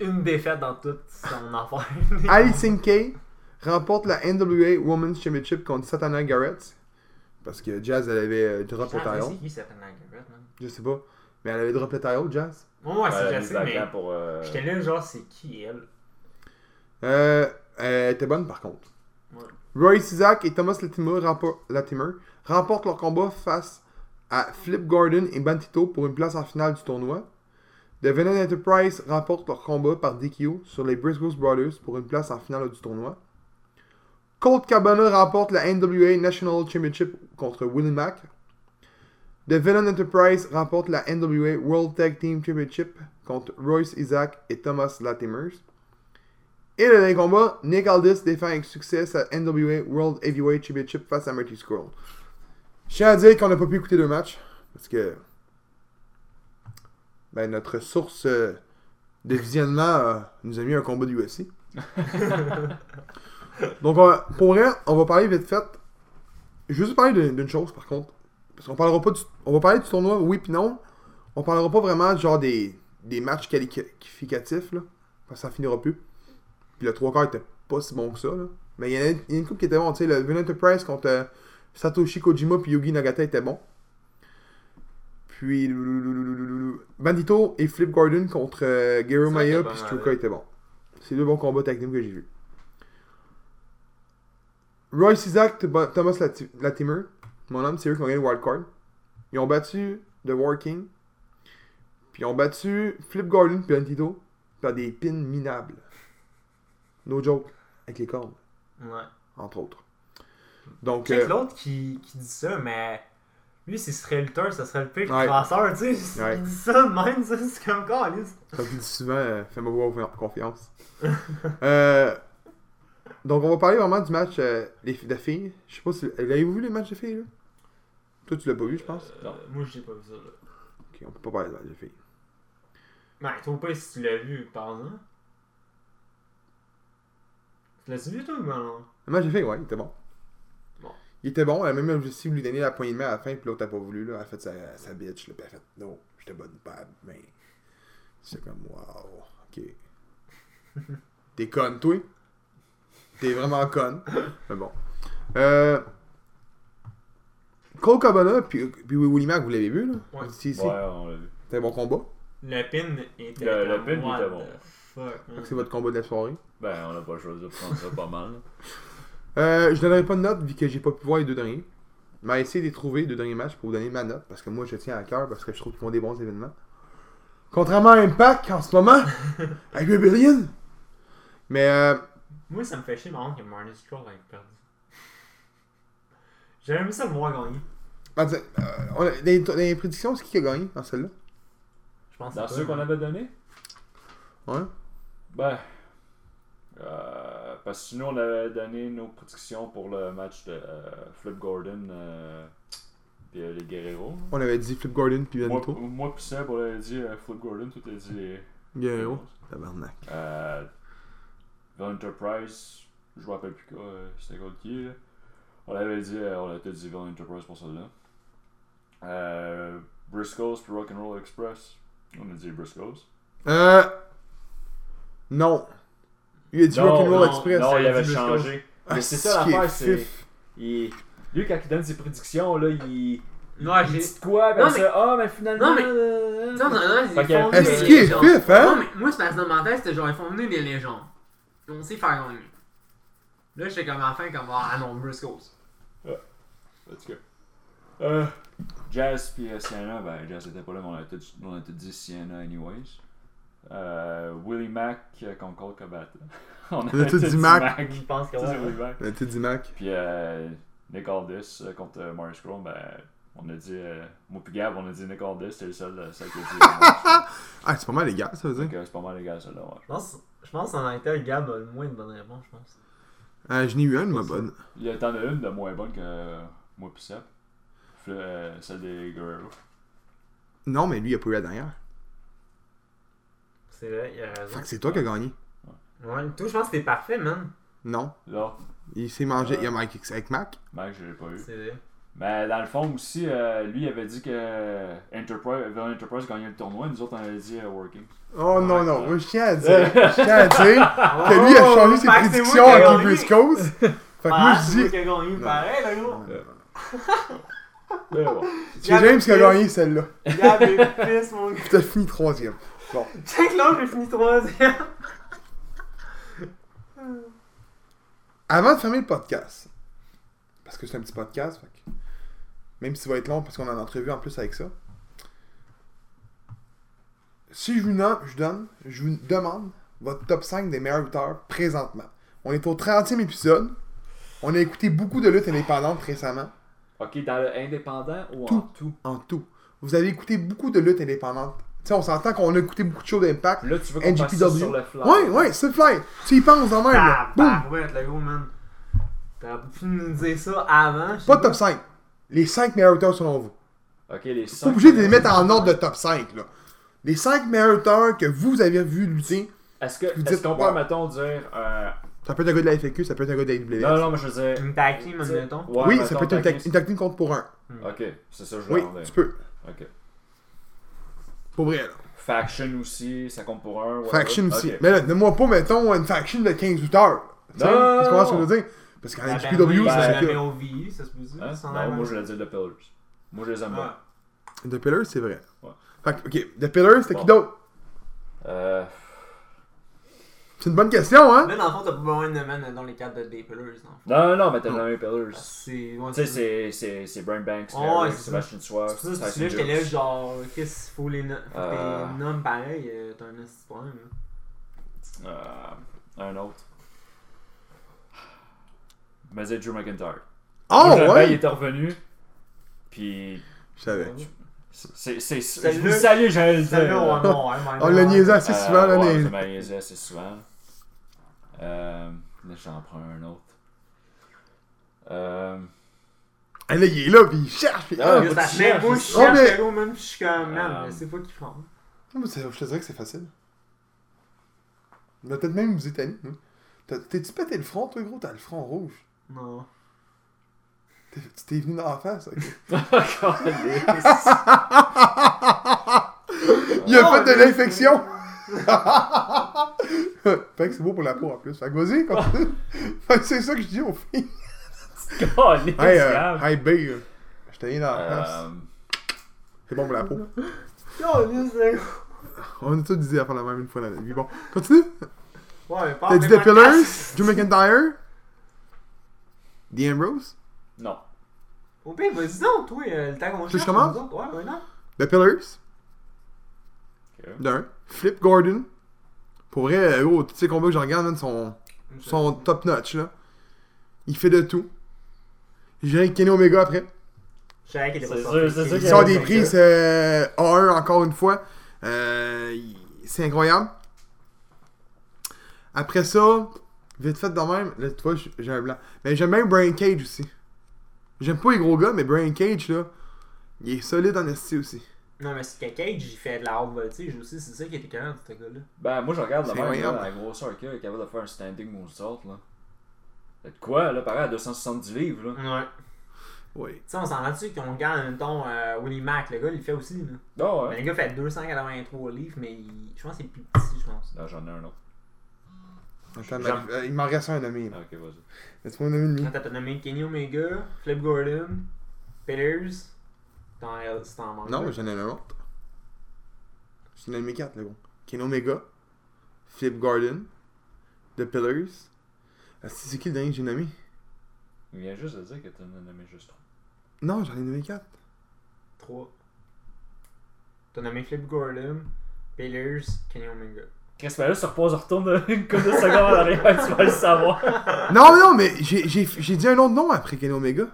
Speaker 2: Une défaite dans toute son [laughs] affaire.
Speaker 1: Alison Kay remporte la NWA Women's Championship contre Satana Garrett. Parce que Jazz, elle avait euh, drop le
Speaker 2: Ah, C'est
Speaker 1: title.
Speaker 2: qui cette Lagerette, man?
Speaker 1: Je sais pas. Mais elle avait drop le title, Jazz.
Speaker 2: Moi, ouais,
Speaker 3: Ouais,
Speaker 2: Ah, c'est
Speaker 3: la
Speaker 2: je
Speaker 3: mise
Speaker 2: sais,
Speaker 3: à
Speaker 2: mais.
Speaker 3: camp pour. euh,
Speaker 2: J'étais là, genre, c'est qui elle
Speaker 1: Euh, elle était bonne par contre.
Speaker 2: Ouais.
Speaker 1: Royce Isaac et Thomas Latimer, rempo- Latimer remportent leur combat face à Flip Gordon et Bantito pour une place en finale du tournoi. The Venom Enterprise remporte leur combat par DQ sur les Briscoe Brothers pour une place en finale du tournoi. Colt Cabana remporte la NWA National Championship contre Willie Mack. The Venom Enterprise remporte la NWA World Tag Team Championship contre Royce Isaac et Thomas Latimers. Et le dernier combat, Nick Aldis défend avec succès sa NWA World Heavyweight Championship face à Marty Scroll. Je tiens à dire qu'on n'a pas pu écouter deux matchs parce que ben, notre source euh, de visionnement euh, nous a mis un combat du UFC. Donc, on va- pour rien, on va parler vite fait. Je veux juste parler d'une d'une chose par contre. Parce qu'on parlera pas du, on va parler du tournoi, oui puis non. On parlera pas vraiment genre des, des matchs quali- qualificatifs là. Parce que Ben, ça finira plus. Puis le 3 quarts était pas si bon que ça. Là. Mais il y en a, il y en a une coupe qui était bon. Tu sais, le Villain Enterprise contre euh, Satoshi Kojima puis Yugi Nagata était bon. Puis Bandito et Flip Gordon contre euh, Guerrero
Speaker 2: Ça,
Speaker 1: Maya
Speaker 2: c'était pas
Speaker 1: puis
Speaker 2: mal,
Speaker 1: Struka
Speaker 2: hein.
Speaker 1: étaient bons. C'est deux bons combats techniques que j'ai vus. Royce Isaac, Thomas Thomas Lati- Latimer, mon homme, c'est eux qui ont gagné le wildcard. Ils ont battu The War King. Puis ils ont battu Flip Gordon puis Antito par des pins minables. No joke. Avec les cornes,
Speaker 2: Ouais.
Speaker 1: entre autres. Donc,
Speaker 2: Check
Speaker 1: euh,
Speaker 2: l'autre qui, qui dit ça, mais lui, s'il serait lutteur, ça serait le pire
Speaker 1: Ouais.
Speaker 2: classeur, tu sais.
Speaker 1: Ouais.
Speaker 2: Il dit ça de même, ça, c'est comme quoi,
Speaker 1: comme tu dis souvent, euh, fais-moi voir confiance. [laughs] Euh, donc, on va parler vraiment du match euh, des fi- de filles. Je sais pas si. L'avez-vous vu les matchs de filles, là Toi, tu l'as pas vu, je pense.
Speaker 2: Euh, moi, j'ai pas vu ça, là.
Speaker 1: Ok, on peut pas parler de match de filles.
Speaker 2: Ouais, toi, pas si tu l'as vu, parle-en. Tu l'as vu, toi, ou non?
Speaker 1: Le match de filles, ouais, il était bon.
Speaker 2: Bon.
Speaker 1: Il était bon, elle a même réussi à lui donner la poignée de main à la fin, puis l'autre a pas voulu, là. Elle a fait sa, sa bitch, là, puis elle a fait non, j'étais bonne, bad, mais. C'est comme, waouh, ok.
Speaker 2: [laughs]
Speaker 1: T'es conne, toi. T'es vraiment conne. Mais bon. Euh. Cole Cabana, puis, puis Willie Mack, vous l'avez vu, là
Speaker 2: Ouais.
Speaker 1: Si, si.
Speaker 3: Ouais, on l'a vu.
Speaker 1: C'était un bon combat.
Speaker 2: Le pin était.
Speaker 3: Le- le
Speaker 2: comme,
Speaker 3: pin, il
Speaker 2: what
Speaker 3: était bon.
Speaker 2: the Fuck, man.
Speaker 1: Fait que C'est votre combat de la soirée.
Speaker 3: Ben, on n'a pas choisi de prendre ça
Speaker 2: [laughs]
Speaker 3: pas mal. là.
Speaker 1: Euh, je donnerai pas de note vu que j'ai pas pu voir les deux derniers. Mais essayé de les trouver les deux derniers matchs pour vous donner ma note parce que moi je tiens à cœur parce que je trouve qu'ils font des bons événements. Contrairement à Impact en ce
Speaker 3: [laughs]
Speaker 1: moment, avec Rebellion. Mais euh,
Speaker 2: Moi, ça me fait chier, marrant que Marty Stroll ait perdu. [laughs] J'aurais aimé ça le voir gagner.
Speaker 1: attends, euh, on a- les, les prédictions, c'est qui qui a gagné dans celle-là
Speaker 2: Je pense
Speaker 3: Dans
Speaker 2: que
Speaker 3: ceux
Speaker 2: c'est
Speaker 3: qu'on
Speaker 2: pas-
Speaker 3: avait donné
Speaker 1: Ouais.
Speaker 3: Ben. euh, parce que sinon, on avait donné nos prédictions pour le match de euh, Flip Gordon euh, puis euh, les Guerrero.
Speaker 1: On avait dit Flip Gordon puis
Speaker 3: Moi,
Speaker 1: Benito.
Speaker 3: moi pis Seb, on avait dit euh, Flip Gordon, tout a dit euh, les.
Speaker 1: Guerrero. oh, Tabarnak.
Speaker 3: Euh, Valenter Price, je me rappelle plus quoi, euh, c'était contre qui. là. On l'avait dit, euh, on était dit Valenter Price pour celle-là. Euh, Briscoes puis Rock'n'Roll Express, on a dit Briscoes.
Speaker 1: Euh. Non. Il a dit
Speaker 3: Non,
Speaker 1: Rock'n'Roll
Speaker 2: non,
Speaker 1: Express.
Speaker 3: non,
Speaker 2: ça
Speaker 3: il
Speaker 2: a
Speaker 3: avait
Speaker 2: dit Briscoes.
Speaker 3: changé. Mais
Speaker 1: Ah,
Speaker 3: c'est ça
Speaker 1: qui est
Speaker 3: l'affaire, c'est.
Speaker 1: fif.
Speaker 3: il- Lui, quand il donne ses prédictions, là, il.
Speaker 2: Ouais,
Speaker 3: il
Speaker 2: Ah, j'ai.
Speaker 3: dit de quoi, puis
Speaker 2: Non,
Speaker 3: après
Speaker 2: mais-
Speaker 3: ça, ah, mais finalement.
Speaker 2: Non, mais-
Speaker 3: euh,
Speaker 2: Non, non, non,
Speaker 3: Fait
Speaker 2: ils font
Speaker 3: que-
Speaker 2: venir
Speaker 1: Est-ce
Speaker 2: des
Speaker 1: qu'il est
Speaker 2: légendes.
Speaker 1: fif, hein?
Speaker 2: Non, mais moi, c'est parce que dans ma tête, c'était genre, ils font venir des légendes. Ils vont aussi faire gagner. Là, j'étais comme à la fin, comme, ah non, Briscoes.
Speaker 3: Let's go. Euh, Jazz puis euh, Sienna, ben Jazz était pas là, mais on a tout, on a tout dit Sienna anyways. Euh, Willie Mack euh, contre Cole Cabata. [laughs] on
Speaker 1: a tout dit Mack.
Speaker 2: Je pense que
Speaker 3: Tout dit
Speaker 2: ouais.
Speaker 3: Willie Mack.
Speaker 1: On a tout dit Mac.
Speaker 3: Puis euh, Nick Aldis euh, contre euh, Maurice Chrome, ben on a dit, euh, moi puis Gab, on a dit Nick Aldis, c'est le seul, euh, seul qui a dit.
Speaker 1: [laughs]
Speaker 3: Maurice
Speaker 1: Ah, c'est pas mal les gars, ça veut dire.
Speaker 3: Chrome. Donc, euh, c'est pas mal les gars, celle-là. ouais.
Speaker 2: Je pense, je pense en été, le Gab a le moins de bonnes réponses, je pense.
Speaker 1: Euh, je n'ai eu une, ma bonne.
Speaker 3: Il y a tant de une de moins bonne que euh, moi puis Seb. Puis, euh, celle des Guerrero.
Speaker 1: Non, mais lui, il a pas eu la dernière.
Speaker 2: C'est vrai, il a raison.
Speaker 1: Fait que c'est toi qui as gagné.
Speaker 2: Ouais, tout, je pense que t'es parfait, man.
Speaker 1: Non.
Speaker 3: Là,
Speaker 1: Il s'est mangé. Il a Mike avec Mac.
Speaker 3: Mac, je l'ai pas eu.
Speaker 2: C'est vrai.
Speaker 3: Mais dans le fond aussi, euh, lui il avait dit que Enterprise, Villain Enterprise gagnait le tournoi, nous autres on avait dit euh, Working.
Speaker 1: Oh non,
Speaker 3: Ouais,
Speaker 1: non.
Speaker 3: ouais.
Speaker 1: Moi, je tiens à [laughs] dire. Je tiens à dire que lui a changé ses prédictions
Speaker 2: à
Speaker 1: avec les Briscoes. Fait que Ah, moi, je dis.
Speaker 2: qui a gagné,
Speaker 1: Non.
Speaker 2: pareil, là, gros.
Speaker 3: Mais bon.
Speaker 1: C'est James qui a gagné celle-là.
Speaker 2: Gab est pisse, mon gars. [laughs]
Speaker 1: Puis t'as fini troisième. Bon.
Speaker 2: Check l'autre, j'ai fini troisième.
Speaker 1: Avant de fermer le podcast, parce que c'est un petit podcast, fait que- même s'il va être long, parce qu'on a une entrevue en plus avec ça. Si je vous, nomme- je donne, je vous demande votre top 5 des meilleurs lutteurs présentement. On est au 30e épisode. On a écouté beaucoup de luttes indépendantes récemment,
Speaker 3: Ok, dans le indépendant ou en
Speaker 1: Tout.
Speaker 3: tout.
Speaker 1: en tout. Vous avez écouté beaucoup de luttes indépendantes. Tu sais, on s'entend qu'on a écouté beaucoup de shows d'impact.
Speaker 3: Là tu veux qu'on passe ça
Speaker 1: NJPW.
Speaker 3: sur le flanc.
Speaker 1: Ouais, ouais, c'est le fly. Tu y penses en même.
Speaker 6: Ah,
Speaker 1: là.
Speaker 6: bah.
Speaker 1: Boum.
Speaker 2: Tabarouette, le gros, man. T'aurais pu nous dire ça avant. je sais
Speaker 1: Pas de top 5. Les 5 meilleurs lutteurs selon vous.
Speaker 3: Ok, les
Speaker 1: Pas
Speaker 3: cinq.
Speaker 1: obligé de les mettre en ordre de top 5, là. Les 5 meilleurs lutteurs que vous avez vu lutter,
Speaker 3: Est-ce que
Speaker 1: Vous
Speaker 3: est-ce
Speaker 1: dites,
Speaker 3: qu'on peut
Speaker 1: wow.
Speaker 3: mettons dire euh...
Speaker 1: ça peut être un gars de la FAQ, ça peut être un gars de la IWS.
Speaker 3: Non non mais je veux
Speaker 2: pas.
Speaker 3: dire.
Speaker 2: Une tag team,
Speaker 3: tu sais,
Speaker 2: admettons.
Speaker 3: ouais,
Speaker 1: oui,
Speaker 3: mettons,
Speaker 1: ça peut être une, tec-
Speaker 3: technique.
Speaker 1: une technique contre pour un.
Speaker 3: Ok, c'est ça je
Speaker 1: Oui,
Speaker 3: veux
Speaker 1: tu peux.
Speaker 3: Ok.
Speaker 1: Pour vrai, là.
Speaker 3: Faction aussi, ça compte pour un. ouais,
Speaker 1: Faction
Speaker 3: ouais.
Speaker 1: aussi.
Speaker 3: Ok.
Speaker 1: Mais là, donne-moi pas, mettons, une faction de 15 lutteurs. Tu sais,
Speaker 3: Non, non,
Speaker 1: tu comprends ce que
Speaker 3: non.
Speaker 1: je veux dire? Parce qu'en
Speaker 2: Ah, ben
Speaker 1: HPW,
Speaker 2: oui,
Speaker 1: c'est
Speaker 2: ben,
Speaker 1: ça
Speaker 2: la
Speaker 1: que.
Speaker 2: BOVU, ça se peut dire.
Speaker 3: Hein?
Speaker 2: ça en a
Speaker 3: Non, moi
Speaker 2: l'air.
Speaker 3: je voulais dire The Pillars. Moi je les aime bien.
Speaker 2: Ah.
Speaker 1: The Pillars, c'est vrai.
Speaker 3: Ouais. Euh,
Speaker 1: Fait que, ok, The Pillars, c'était qui
Speaker 3: Bon.
Speaker 1: d'autre?
Speaker 3: Euh,
Speaker 1: C'est une bonne question, hein?
Speaker 2: Là, dans le fond, t'as pas besoin de man dans les cadres de des Pillars, dans le fond.
Speaker 3: Non, non, non, mais t'as nommé Pillars.
Speaker 2: Parce que Ah. C'est. ouais,
Speaker 3: Tu sais, c'est- c'est c'est Brian Banks,
Speaker 2: Ah Ouais,
Speaker 3: Larry,
Speaker 2: c'est ça.
Speaker 3: Sebastian Schwartz.
Speaker 2: C'est Ah. pour ça que
Speaker 3: Tyson
Speaker 2: celui-là, j'étais là,
Speaker 3: Jones.
Speaker 2: genre, Chris, faut les no- faut
Speaker 3: Euh.
Speaker 2: que t'es nomme pareil, euh, t'as un esti de problème. là.
Speaker 3: Euh, un autre. Mais c'est Drew McIntyre.
Speaker 1: Oh,
Speaker 3: Moi, j'aimais bien, Il
Speaker 1: ouais!
Speaker 3: était revenu. Puis.
Speaker 1: Je savais.
Speaker 3: C'est. c'est- c'est- Je
Speaker 2: Celle-là-
Speaker 3: vous salue, j'allais le dire.
Speaker 2: Celle-là, ouais,
Speaker 3: là.
Speaker 2: non, ouais, ouais,
Speaker 1: On
Speaker 2: ouais,
Speaker 1: l'a
Speaker 2: ouais.
Speaker 1: niaisé assez
Speaker 3: Euh,
Speaker 1: souvent, là.
Speaker 3: ouais,
Speaker 1: les-
Speaker 3: je me niaisais assez souvent. Euh, là, j'en prends un autre. Euh,
Speaker 1: Ah, là, il est là, puis il cherche. puis-
Speaker 3: Ah,
Speaker 1: Ah,
Speaker 2: Parce que à
Speaker 3: Faut que tu
Speaker 2: chaque fois, je
Speaker 1: cherches. Oh, mais-
Speaker 2: cherche, gros, même, je suis comme, man,
Speaker 3: Euh.
Speaker 2: mais c'est pas qui prend.
Speaker 1: Non, mais c'est- je te dirais que c'est facile. Mais Peut-être même vous êtes amis. hein. T'as- T'es-tu pété le front, toi, gros? T'as le front rouge.
Speaker 2: Non.
Speaker 1: T'es- Tu t'es venu dans la face, ok. Il a
Speaker 2: Non,
Speaker 1: fait de
Speaker 2: mais-
Speaker 1: l'infection! [laughs] fait que c'est beau pour la peau en plus. Fait que vas-y, continue. Fait que c'est ça que je dis aux filles.
Speaker 3: Caliste,
Speaker 1: Hey, euh,
Speaker 3: Gab.
Speaker 1: hey, B, euh, je t'ai mis dans la face.
Speaker 3: Euh,
Speaker 1: C'est bon pour la peau.
Speaker 2: Yo, lui,
Speaker 1: hein.
Speaker 2: c'est-
Speaker 1: On a tous dit à faire la même une fois dans la vie. Bon, continue.
Speaker 2: Ouais, mais
Speaker 1: T'as dit The Pillars, Drew McIntyre, The Ambrose,
Speaker 3: Non.
Speaker 2: Au pire, vas-y donc, toi, euh, le temps qu'on
Speaker 1: je
Speaker 2: cherche,
Speaker 1: commence?
Speaker 2: nous autres. Ouais, ouais, non.
Speaker 1: The Pillars,
Speaker 3: Ok.
Speaker 1: d'un, Flip Gordon. Pour vrai, euh, gros, tous ces combats que je regarde, man, sont, sont top notch, là. Il fait de tout. J'ai rien Kenny Omega après.
Speaker 2: Je savais qu'il était
Speaker 3: C'est
Speaker 2: pas
Speaker 3: sûr,
Speaker 2: sorti.
Speaker 3: c'est sûr
Speaker 1: Il
Speaker 3: qu'il
Speaker 1: sort
Speaker 3: avait
Speaker 1: des
Speaker 3: fait
Speaker 1: prix,
Speaker 3: ça.
Speaker 1: c'est A1 encore une fois. Euh, il- c'est incroyable. Après ça, vite fait de même, là tu vois, j- j'ai un blanc. Mais j'aime bien Brian Cage aussi. J'aime pas les gros gars, mais Brian Cage là, il est solide en esti aussi.
Speaker 2: Non, mais c'est que Cage, il fait de la haute voltige aussi, c'est ça qui était carré, ce gars-là.
Speaker 3: Ben, moi, je regarde le
Speaker 1: C'est
Speaker 3: même, là,
Speaker 1: incroyable.
Speaker 3: la grosseur qu'il est capable de faire un standing moonsault, là. C'est de quoi, là, pareil, à 270 livres, là.
Speaker 2: Ouais.
Speaker 1: Oui.
Speaker 2: Tu sais, on s'entend dessus qu'on regarde en même temps euh, Willie Mack, le gars, il le fait aussi, là.
Speaker 3: Non,
Speaker 2: Mais
Speaker 3: Ah, ouais.
Speaker 2: le gars fait 283 livres, mais il- je pense que c'est plus petit, je pense.
Speaker 3: Non, j'en ai un autre.
Speaker 1: Attends,
Speaker 2: J'aime-
Speaker 1: mais- euh, il m'en reste un ami.
Speaker 3: Ah, ok, vas-y.
Speaker 1: Laisse-moi un ami
Speaker 2: Attends, t'as nommé Kenny Omega, Flip Gordon, Pillars, t'en c'est en manque.
Speaker 1: Non, j'en ai un autre. J'en ai nommé quatre, le gros. Ken Omega, Flip Garden, The Pillars. Ah, c'est c'est qui le dernier que j'ai nommé
Speaker 3: Il vient juste de dire que t'en as nommé juste trois.
Speaker 1: Non, j'en ai nommé quatre.
Speaker 2: 3. T'as nommé Flip Gordon, Pillars, Kenny Omega.
Speaker 3: Chris, ben là, se repose, retourne une couple de secondes en arrière, tu vas le savoir.
Speaker 1: Non, mais non, mais j'ai- j'ai j'ai dit un autre nom après Kenny Omega.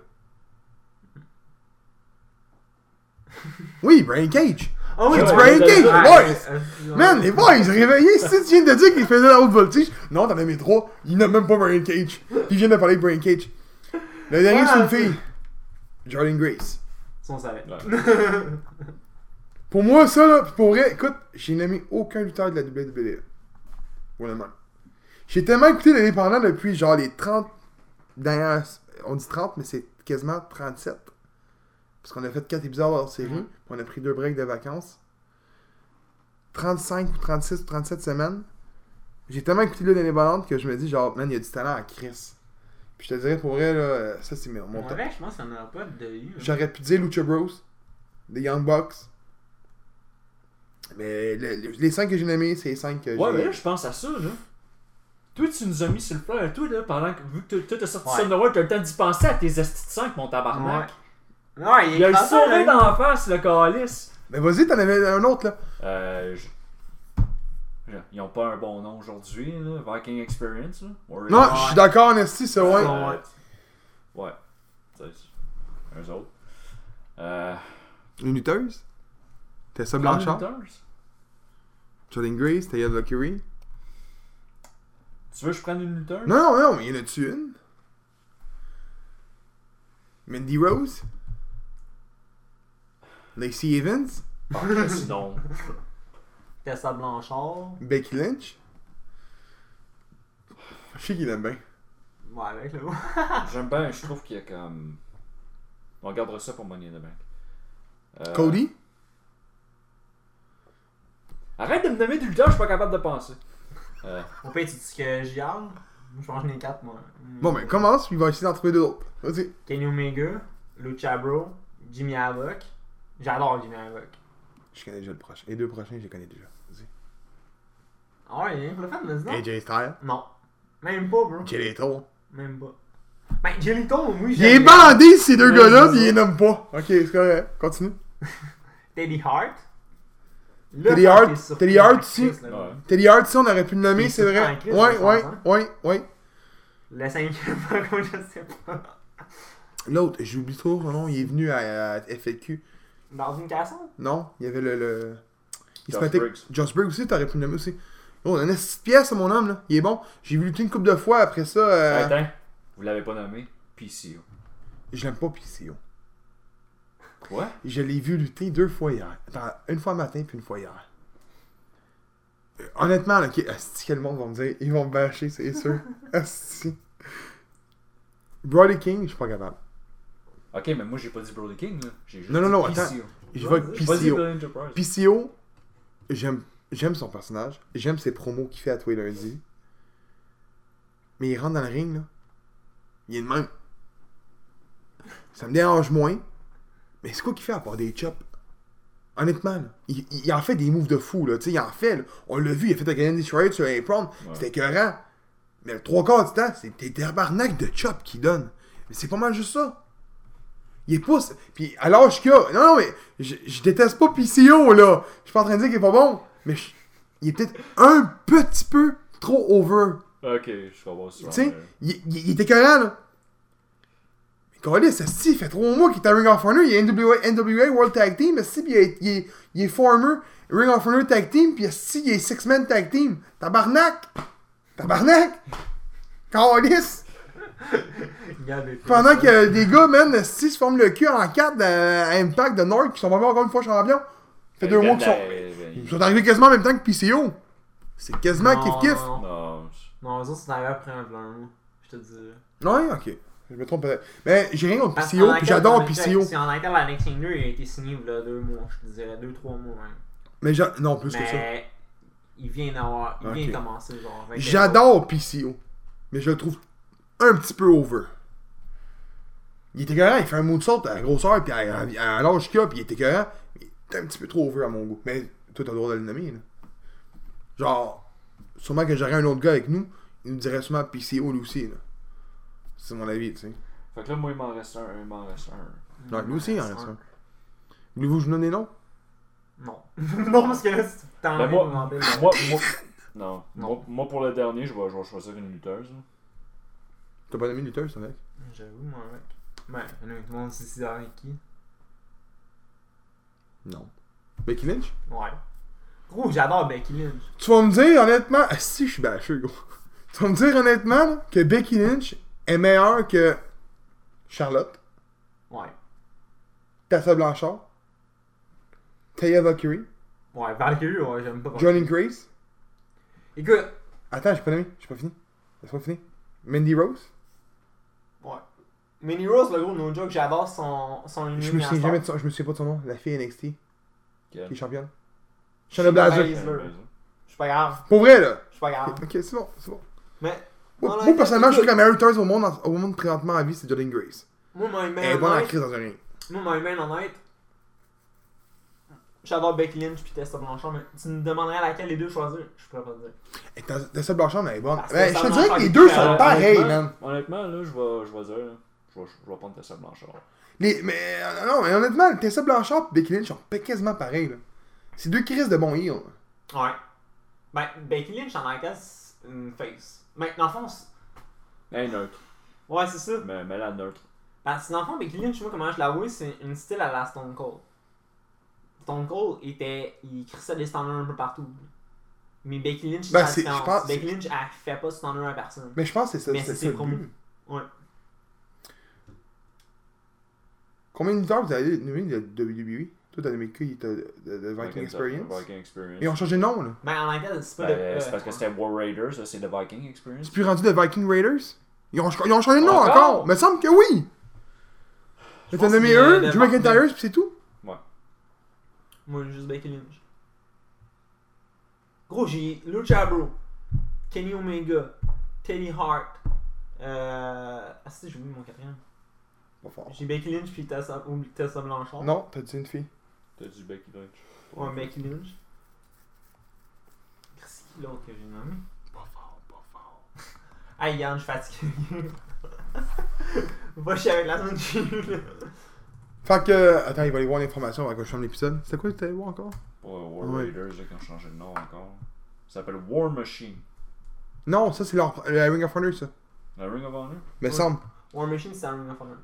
Speaker 1: Oui, Brain Cage.
Speaker 2: Oh
Speaker 1: oui,
Speaker 2: oui,
Speaker 1: It's
Speaker 3: ouais,
Speaker 1: Brian
Speaker 3: ouais,
Speaker 1: Cage,
Speaker 3: ouais,
Speaker 1: boys! Man, les boys, réveillés, si tu viens de dire qu'il faisait la haute voltige. Non, t'en as mis trois. Il n'a même pas Brain Cage. Puis il vient de parler de Brain Cage. Le dernier, c'est une fille. Jordan Grace.
Speaker 2: Si on savait.
Speaker 1: Pour moi, ça, là, pis pour vrai, écoute, j'ai nommé aucun lutteur de la WWE. Pour le moment. J'ai tellement écouté l'indépendant depuis genre les 30 dernières. On dit 30, mais c'est quasiment 37. Parce qu'on a fait 4 épisodes hors série,
Speaker 2: Mhm.
Speaker 1: puis on a pris deux breaks de vacances. 35 ou 36 ou 37 semaines. J'ai tellement écouté l'année l'indépendante que je me dis, genre, man, il y a du talent à Chris. Puis je te dirais, pour vrai, là, euh, ça c'est mon
Speaker 2: Mon
Speaker 1: top.
Speaker 2: vrai, je pense qu'il n'y en aura pas de eu. hein.
Speaker 1: J'aurais pu dire Lucha Bros, The Young Bucks. Mais le- le- les 5 que j'ai nommés, c'est les 5 que
Speaker 3: Ouais,
Speaker 1: j'ai.
Speaker 3: mais là, je pense à ça, là. Toi, tu nous as mis sur le plan, toi, là, pendant que, vu que t'as- toi, t'as sorti
Speaker 2: Ouais.
Speaker 3: ça de Nowhere, t'as le temps d'y penser à tes astis de 5, mon tabarnak.
Speaker 2: Ouais, il est
Speaker 3: Il a le
Speaker 2: classé,
Speaker 3: sourire
Speaker 2: là.
Speaker 3: dans la face, le calice.
Speaker 1: Mais vas-y, t'en avais un autre là.
Speaker 3: Euh. je- je- Ils ont pas un bon nom aujourd'hui, là. Viking Experience, là. Warrior.
Speaker 1: Non, je suis d'accord, en esti, ça, ouais.
Speaker 2: Ouais.
Speaker 3: Euh, ouais. Tu sais, Eux autres. Euh.
Speaker 1: Une lutteuse. Tessa Blanchard.
Speaker 3: Lutters?
Speaker 1: Jordan Grace, Taya Valkyrie.
Speaker 3: Tu veux que je prenne une lutteuse?
Speaker 1: Non,
Speaker 3: [laughs]
Speaker 1: non, non, mais y en a-tu une Mindy Rose Lacey Evans
Speaker 3: Ah, Chris, non.
Speaker 2: Tessa Blanchard.
Speaker 1: Becky Lynch Je sais qu'il aime bien.
Speaker 2: Ouais, avec le mot.
Speaker 3: J'aime bien, je trouve qu'il y a comme. On gardera ça pour Money in the Bank. Euh,
Speaker 1: Cody
Speaker 3: Arrête de me nommer du lutteur, je suis pas capable de penser. Euh,
Speaker 2: Au pire, tu dis que j'y aille. Je pense que j'en ai 4, moi.
Speaker 1: Bon, ben commence, puis il va essayer d'en trouver deux autres. Vas-y.
Speaker 2: Kenny Omega, Lucha Bro, Jimmy Havoc. J'adore Jimmy Havoc.
Speaker 1: Je connais déjà le prochain. Les deux prochains, je les connais déjà. Vas-y.
Speaker 2: Ah, Ah ouais, rien pour le fun, mais non.
Speaker 1: AJ Styles,
Speaker 2: Non. Même pas, bro.
Speaker 1: Jay Lethal.
Speaker 2: Même pas. Ben, Jellyton, oui,
Speaker 1: Il est
Speaker 2: j'aime.
Speaker 1: bandé ces deux
Speaker 2: Ouais,
Speaker 1: gars-là,
Speaker 2: c'est
Speaker 1: pis il
Speaker 2: ça.
Speaker 1: les nomme pas. Ok, c'est correct. Continue.
Speaker 2: Teddy Hart. Le
Speaker 1: Teddy
Speaker 2: fuck
Speaker 1: Hart-
Speaker 2: est sur-
Speaker 1: Teddy Hart, si.
Speaker 2: Christ, là,
Speaker 3: Ouais.
Speaker 1: Teddy Hart, si on aurait pu le nommer,
Speaker 2: Il
Speaker 1: c'est
Speaker 2: se
Speaker 1: vrai.
Speaker 2: prend en crise,
Speaker 1: Ouais,
Speaker 2: dans le
Speaker 1: ouais,
Speaker 2: sens, hein.
Speaker 1: ouais, ouais.
Speaker 2: Le cinquième, [laughs] par contre, je sais pas.
Speaker 1: L'autre, j'oublie trop son nom, il est venu à, à FAQ.
Speaker 2: Dans une casson?
Speaker 1: Non, il y avait le. le... Il se
Speaker 3: Josh
Speaker 1: mettait.
Speaker 3: Briggs.
Speaker 1: Josh Briggs aussi, t'aurais pu le nommer aussi. Oh, on a une petite pièce, mon homme, là. Il est bon. J'ai vu lutter une couple de fois après ça. euh,
Speaker 3: Attends, vous l'avez pas nommé PCO.
Speaker 1: Je l'aime pas, PCO.
Speaker 3: Quoi
Speaker 1: Je l'ai vu lutter deux fois hier. Attends, une fois le matin, puis une fois hier. Euh, Honnêtement, là, ok, asti que le monde va me dire, ils vont me bâcher, c'est [laughs] sûr. asti. Brody King, je suis pas capable.
Speaker 3: Ok, mais moi j'ai pas dit Brody King là. J'ai juste
Speaker 1: Non, non,
Speaker 3: dit
Speaker 1: non,
Speaker 3: PCO.
Speaker 1: attends. Je vais
Speaker 3: J'ai pas dit
Speaker 1: PCO.
Speaker 3: Bill Enterprise.
Speaker 1: PCO, E j'aime j'aime son personnage, j'aime ses promos qu'il fait à tous les lundis. Mais il rentre dans le ring, là. Il est le même. Ça me dérange moins. Mais c'est quoi qu'il fait à part des chops? Honnêtement, là, il, il- il en fait des moves de fou, là. Tu sais, il en fait, là. On l'a vu, il a fait un Canadian Destroyer sur Apron. C'était écœurant. Mais le trois quarts du temps, c'est des tabarnak de chops qu'il donne. Mais c'est pas mal juste ça. Il est pousse. Puis à l'âge qu'il a. Non, non, mais je, je déteste pas PCO, là. Je suis pas en train de dire qu'il est pas bon. Mais je- il est peut-être un petit peu trop over.
Speaker 3: Ok, je comprends ça.
Speaker 2: euh,
Speaker 3: Euh,
Speaker 1: Tu sais, il, il, il est écœurant, là. Mais Colis, ça si, il fait trois mois qu'il est à Ring of Honor. Il est NWA, NWA World Tag Team. Si, puis il est, il est, il est former Ring of Honor Tag Team. Puis si, il est Six Man Tag Team. Tabarnak! Tabarnak! Colis!
Speaker 2: Regarde
Speaker 1: [laughs]
Speaker 2: les
Speaker 1: Pendant que des gars, man, si se forment le cul en quatre dans- à Impact de Nord qui sont vraiment encore une fois champions. Ça fait deux
Speaker 3: Ben
Speaker 1: mois qu'ils sont. Ils sont arrivés quasiment en même temps que PCO. C'est quasiment
Speaker 2: Non,
Speaker 1: kiff-kiff.
Speaker 2: non, non.
Speaker 3: Non, je-
Speaker 2: Non, eux autres, c'est arrivé après un blanc, je te dis.
Speaker 1: Ouais, ok. Je me trompe peut-être. Mais j'ai rien contre
Speaker 2: Parce
Speaker 1: PCO,
Speaker 2: qu'en
Speaker 1: puis j'adore
Speaker 2: laquelle-
Speaker 1: PCO.
Speaker 2: Si en laquelle la Next Thing 2 il a été signé il y a deux mois, je te dirais deux, trois mois hein. même.
Speaker 1: Mais j'a- non, plus que ça.
Speaker 2: Mais Ben, il vient d'avoir. Il
Speaker 1: Ok.
Speaker 2: vient de commencer genre. avec-
Speaker 1: J'adore PCO. Mais je le trouve un petit peu over. Il était carré, il fait un mot de sorte à la grosseur, puis à, à- à l'âge qu'il a, puis il était carré. Il était un petit peu trop over à mon goût. Mais toi, t'as le droit de le nommer, là. Genre, sûrement que j'aurais un autre gars avec nous, il nous dirait sûrement PCO lui aussi, là. C'est mon avis, tu sais.
Speaker 3: Fait que là, moi il m'en reste un, il m'en reste un.
Speaker 1: Non, lui aussi, il en reste
Speaker 2: Ouais.
Speaker 1: un. Voulez-vous que je vous donne des noms?
Speaker 2: Non. [laughs] non, parce que là, si t'as
Speaker 1: Ah,
Speaker 3: Ben
Speaker 2: envie de
Speaker 3: moi, moi,
Speaker 2: demander.
Speaker 3: moi, [laughs] non.
Speaker 2: Non.
Speaker 3: Moi, moi, pour le dernier, je vais, je vais choisir une lutteuse. là.
Speaker 1: T'as pas nommé Luther, ça, mec?
Speaker 2: J'avoue, moi, mec. Ben, tout le monde sait c'est avec qui.
Speaker 1: Non. Becky Lynch?
Speaker 2: Ouais. Gros, j'adore Becky Lynch.
Speaker 1: Tu vas me dire honnêtement, ah, si je suis bâché, gros. [laughs] Tu vas me dire honnêtement là, que Becky Lynch est meilleure que Charlotte,
Speaker 2: Ouais.
Speaker 1: Tessa Blanchard, Taya Valkyrie,
Speaker 2: Ouais, Valkyrie, ouais, j'aime pas.
Speaker 1: Jordan Grace.
Speaker 2: Écoute.
Speaker 1: Attends, j'ai pas nommé, j'ai pas fini. J'ai pas fini. Mandy Rose.
Speaker 2: Ouais. Minnie Rose, le gros, no joke, j'adore son, son
Speaker 1: Je
Speaker 2: univers.
Speaker 1: me souviens jamais de son, je me souviens pas de son nom. La fille NXT qui est
Speaker 3: Quelle?
Speaker 1: championne. Shayna Blazer.
Speaker 2: Blazer.
Speaker 3: Quelle baiser.
Speaker 2: Je suis pas grave,
Speaker 1: Pour vrai là.
Speaker 2: je suis pas grave.
Speaker 1: Ok, c'est bon, c'est bon.
Speaker 2: Mais.
Speaker 1: Moi,
Speaker 2: Voilà,
Speaker 1: moi, personnellement, je trouve que la
Speaker 2: écoute,
Speaker 1: meilleure lutteuse au monde, en- au monde présentement à vie, c'est Jordan Grace.
Speaker 2: Moi, my man
Speaker 1: Elle est bonne en
Speaker 2: honnête-
Speaker 1: crise dans un ring.
Speaker 2: Moi, my man honnête. J'adore Becky Lynch puis Tessa Blanchard, mais tu me demanderais laquelle les deux choisir, je pourrais pas te dire.
Speaker 1: Et Tessa Tessa Blanchard, elle est bonne.
Speaker 2: Parce que
Speaker 1: Ben, je
Speaker 2: Tessa
Speaker 1: te dirais
Speaker 2: Blanchard
Speaker 1: que les
Speaker 2: est
Speaker 1: deux sont
Speaker 2: différente.
Speaker 1: pareils,
Speaker 3: Euh, honnêtement,
Speaker 1: man.
Speaker 3: Honnêtement, là, je vais, je vais dire, là, je vais, je vais prendre Tessa Blanchard.
Speaker 1: Les- mais euh, non, mais honnêtement, Tessa Blanchard et Becky Lynch sont pas quasiment pareils. là. C'est deux crises de bon heel.
Speaker 2: Ouais. Ben, Becky Lynch en laquelle c'est une face. Mais dans le fond, c'est-
Speaker 3: Hey, neutre.
Speaker 2: ouais, c'est ça.
Speaker 3: Mais, mais la neutre.
Speaker 2: Parce que dans le fond, Becky Lynch, moi, comment je la vois, c'est une style à la Stone Cold. Stone Cold était. Il crissait des standards un peu partout. Mais Becky Lynch,
Speaker 1: Ben,
Speaker 2: c'est
Speaker 1: c'est- je
Speaker 2: la différence.
Speaker 1: pense-
Speaker 2: Becky Lynch, elle fait pas de standard à personne.
Speaker 1: Mais je pense que c'est ça.
Speaker 2: Mais
Speaker 1: c'est
Speaker 2: c'est
Speaker 1: ça le
Speaker 2: promos.
Speaker 1: but.
Speaker 2: Ouais.
Speaker 1: Combien de temps vous avez nommé de WWE Toi, t'as nommé qui il était de, de- de Viking
Speaker 3: Viking
Speaker 1: Experience
Speaker 3: Viking Experience.
Speaker 1: Ils ont changé de nom. là.
Speaker 2: Ben, en laquelle, c'est pas
Speaker 3: Ben,
Speaker 2: de.
Speaker 3: euh,
Speaker 2: euh,
Speaker 3: c'est parce que c'était War Raiders, là, c'est The Viking Experience.
Speaker 1: C'est plus rendu de Viking Raiders ils ont, ils ont changé de nom encore,
Speaker 3: Encore?
Speaker 1: Mais il semble que oui Mais t'as
Speaker 2: pense
Speaker 1: nommé
Speaker 2: qu'il y a
Speaker 1: eux,
Speaker 2: le
Speaker 1: Drew
Speaker 2: Mark-
Speaker 1: McIntyre, puis c'est tout
Speaker 2: Moi, juste Becky Lynch. Gros, j'ai Lucha Bro, Kenny Omega, Teddy Hart. Euh... Ah, si, j'ai oublié mon quatrième.
Speaker 1: Pas fort.
Speaker 2: J'ai Becky Lynch puis Tessa, ou Tessa Blanchard.
Speaker 1: Non, t'as dit une fille.
Speaker 3: T'as du Becky Lynch.
Speaker 2: Ouais, Becky Lynch. Merci, l'autre que j'ai nommé.
Speaker 1: Pas fort, pas fort.
Speaker 2: [laughs] Hey Yann, je suis fatigué. [laughs] Va chier avec la semaine que j'ai eue, là.
Speaker 1: Fait que. Attends, il va aller voir l'information avant que je ferme l'épisode. C'était quoi que tu allé voir encore
Speaker 3: Pour War
Speaker 1: Ouais.
Speaker 3: Raiders, là, qui ont changé de nom encore. Ça s'appelle War Machine.
Speaker 1: Non, ça, c'est leur... la Ring of Honor, ça.
Speaker 3: La Ring of Honor?
Speaker 1: Me
Speaker 2: Ouais.
Speaker 1: semble.
Speaker 2: War Machine, c'est un Ring of Honor.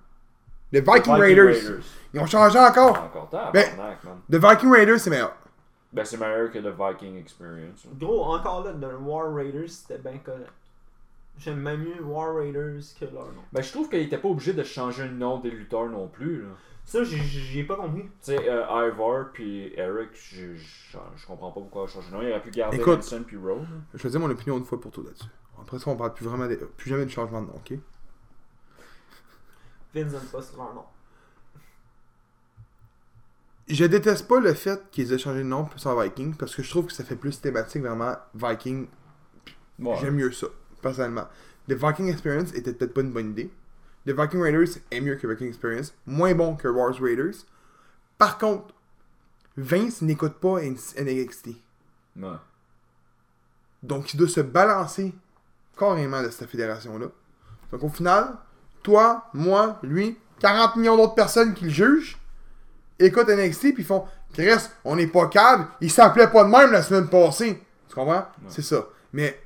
Speaker 1: Les Viking, Raiders. Ils ont changé encore.
Speaker 3: Ah, Encore tard,
Speaker 1: Ben-
Speaker 3: man.
Speaker 1: The Viking Raiders, c'est meilleur.
Speaker 3: Ben, c'est meilleur que le Viking Experience. là.
Speaker 2: Gros, encore là, le War Raiders, c'était bien correct. J'aime même mieux War Raiders que leur nom.
Speaker 3: Ben, je trouve qu'il était pas obligé de changer le nom des lutteurs non plus, là.
Speaker 2: Ça, j'ai- j'ai pas compris.
Speaker 3: Tu sais, euh, Ivar puis Eric, je, je, je comprends pas pourquoi il a changé le nom. Il aurait pu garder
Speaker 1: Écoute.
Speaker 3: Hanson puis Rowe. là.
Speaker 1: Je vais dire mon opinion une fois pour tout là-dessus. Après ça, on parle plus vraiment des- plus jamais du changement de nom, ok?
Speaker 2: Vince aime pas leur nom.
Speaker 1: Je déteste pas le fait qu'ils aient changé de nom plus en Viking parce que je trouve que ça fait plus thématique vraiment Viking.
Speaker 3: Ouais.
Speaker 1: J'aime mieux ça, personnellement. The Viking Experience était peut-être pas une bonne idée. The Viking Raiders est mieux que Viking Experience, moins bon que Wars Raiders. Par contre, Vince n'écoute pas NXT.
Speaker 3: Ouais.
Speaker 1: Donc, il doit se balancer carrément de cette fédération-là. Donc, au final, toi, moi, lui, 40 millions d'autres personnes qui le jugent, écoutent NXT puis ils font Chris, on n'est pas câble, il s'appelait pas de même la semaine passée. Tu comprends C'est ça. Mais,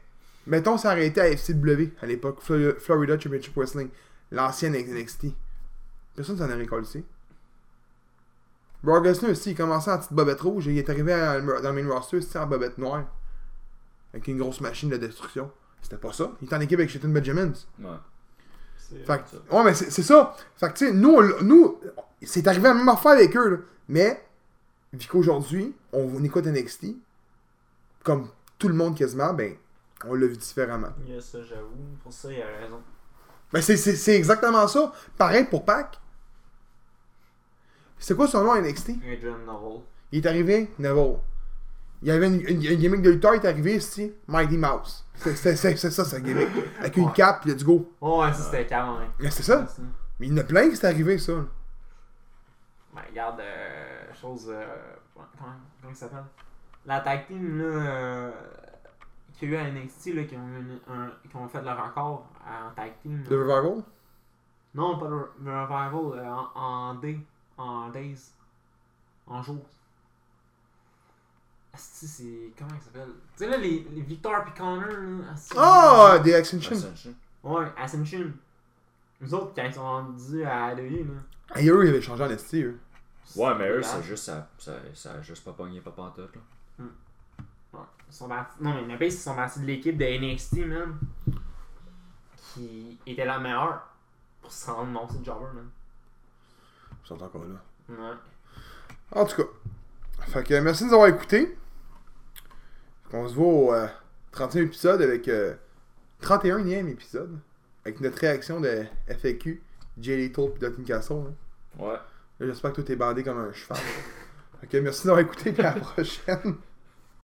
Speaker 1: mettons, ça aurait été à FCW à l'époque, Flo- Florida Championship Wrestling, l'ancienne NXT. Personne s'en aurait ici. Brock Lesnar aussi, il commençait en petite bobette rouge et il est arrivé à- dans le main roster aussi en bobette noire avec une grosse machine de destruction. C'était pas ça. Il était en équipe avec Shelton Benjamins.
Speaker 3: Ouais.
Speaker 2: C'est-
Speaker 1: Fait que- ouais, mais c'est c'est ça. Fait que, tu sais, nous, on l- nous c'est arrivé à la même affaire avec eux, là. Mais, vu qu'aujourd'hui, on, on écoute NXT, comme tout le monde quasiment, ben, on l'a vu différemment.
Speaker 2: Il y a ça, j'avoue. Pour ça, il a raison.
Speaker 1: Ben, c'est- c'est c'est exactement ça. Pareil pour Pac. C'est quoi son nom à NXT?
Speaker 2: Adrian Novel.
Speaker 1: Il est arrivé, Neville. Il y avait une, une, une gimmick de lutteur, il est arrivé ici, Mighty Mouse. C'est- C'est c'est- c'est ça, sa gimmick. Avec une cape, let's go.
Speaker 2: Oh,
Speaker 1: Ah.
Speaker 2: ouais, ça, c'était quand même.
Speaker 1: Mais c'est ça. Mais il y en a plein qui c'est arrivé, ça. là.
Speaker 2: Ben, regarde, euh, chose. euh, comment, comment il s'appelle La tag team, là, euh, qu'il y a eu à NXT, là, qui ont, eu une- un, qui ont fait leur record en tag team. là.
Speaker 1: Le Revival.
Speaker 2: Non, pas le, le revival, euh, en, en day, en days, en jours. Asti, c'est. Comment il s'appelle Tu sais, là, les, les Victor puis Connor, là. asti.
Speaker 1: Ah, des Ascension.
Speaker 3: Ascension.
Speaker 2: Ouais, Ascension. Nous autres, quand ils sont rendus à ADE, là.
Speaker 1: Et eux, ils avaient changé en esti, eux.
Speaker 3: Ouais, mais eux, ça a
Speaker 2: Ouais.
Speaker 3: juste, ça, ça, ça a juste pas pogné, pas pantoute, là.
Speaker 2: Ouais, ils sont partis- Non, mais Naples, ils sont partis de l'équipe de NXT, man. Qui était la meilleure pour se rendre non, c'est Jobber, man.
Speaker 1: Ils sont encore là.
Speaker 2: Ouais.
Speaker 1: En tout cas. Fait que merci de nous avoir écoutés. On se voit au euh, 31 épisode avec... euh, 31e épisode. Avec notre réaction de FAQ, Jay Little pis Dottin Castle. hein.
Speaker 3: Ouais.
Speaker 1: [laughs] Là, J'espère que tout est bandé comme un cheval. fait que merci de nous avoir écoutés, puis à la prochaine.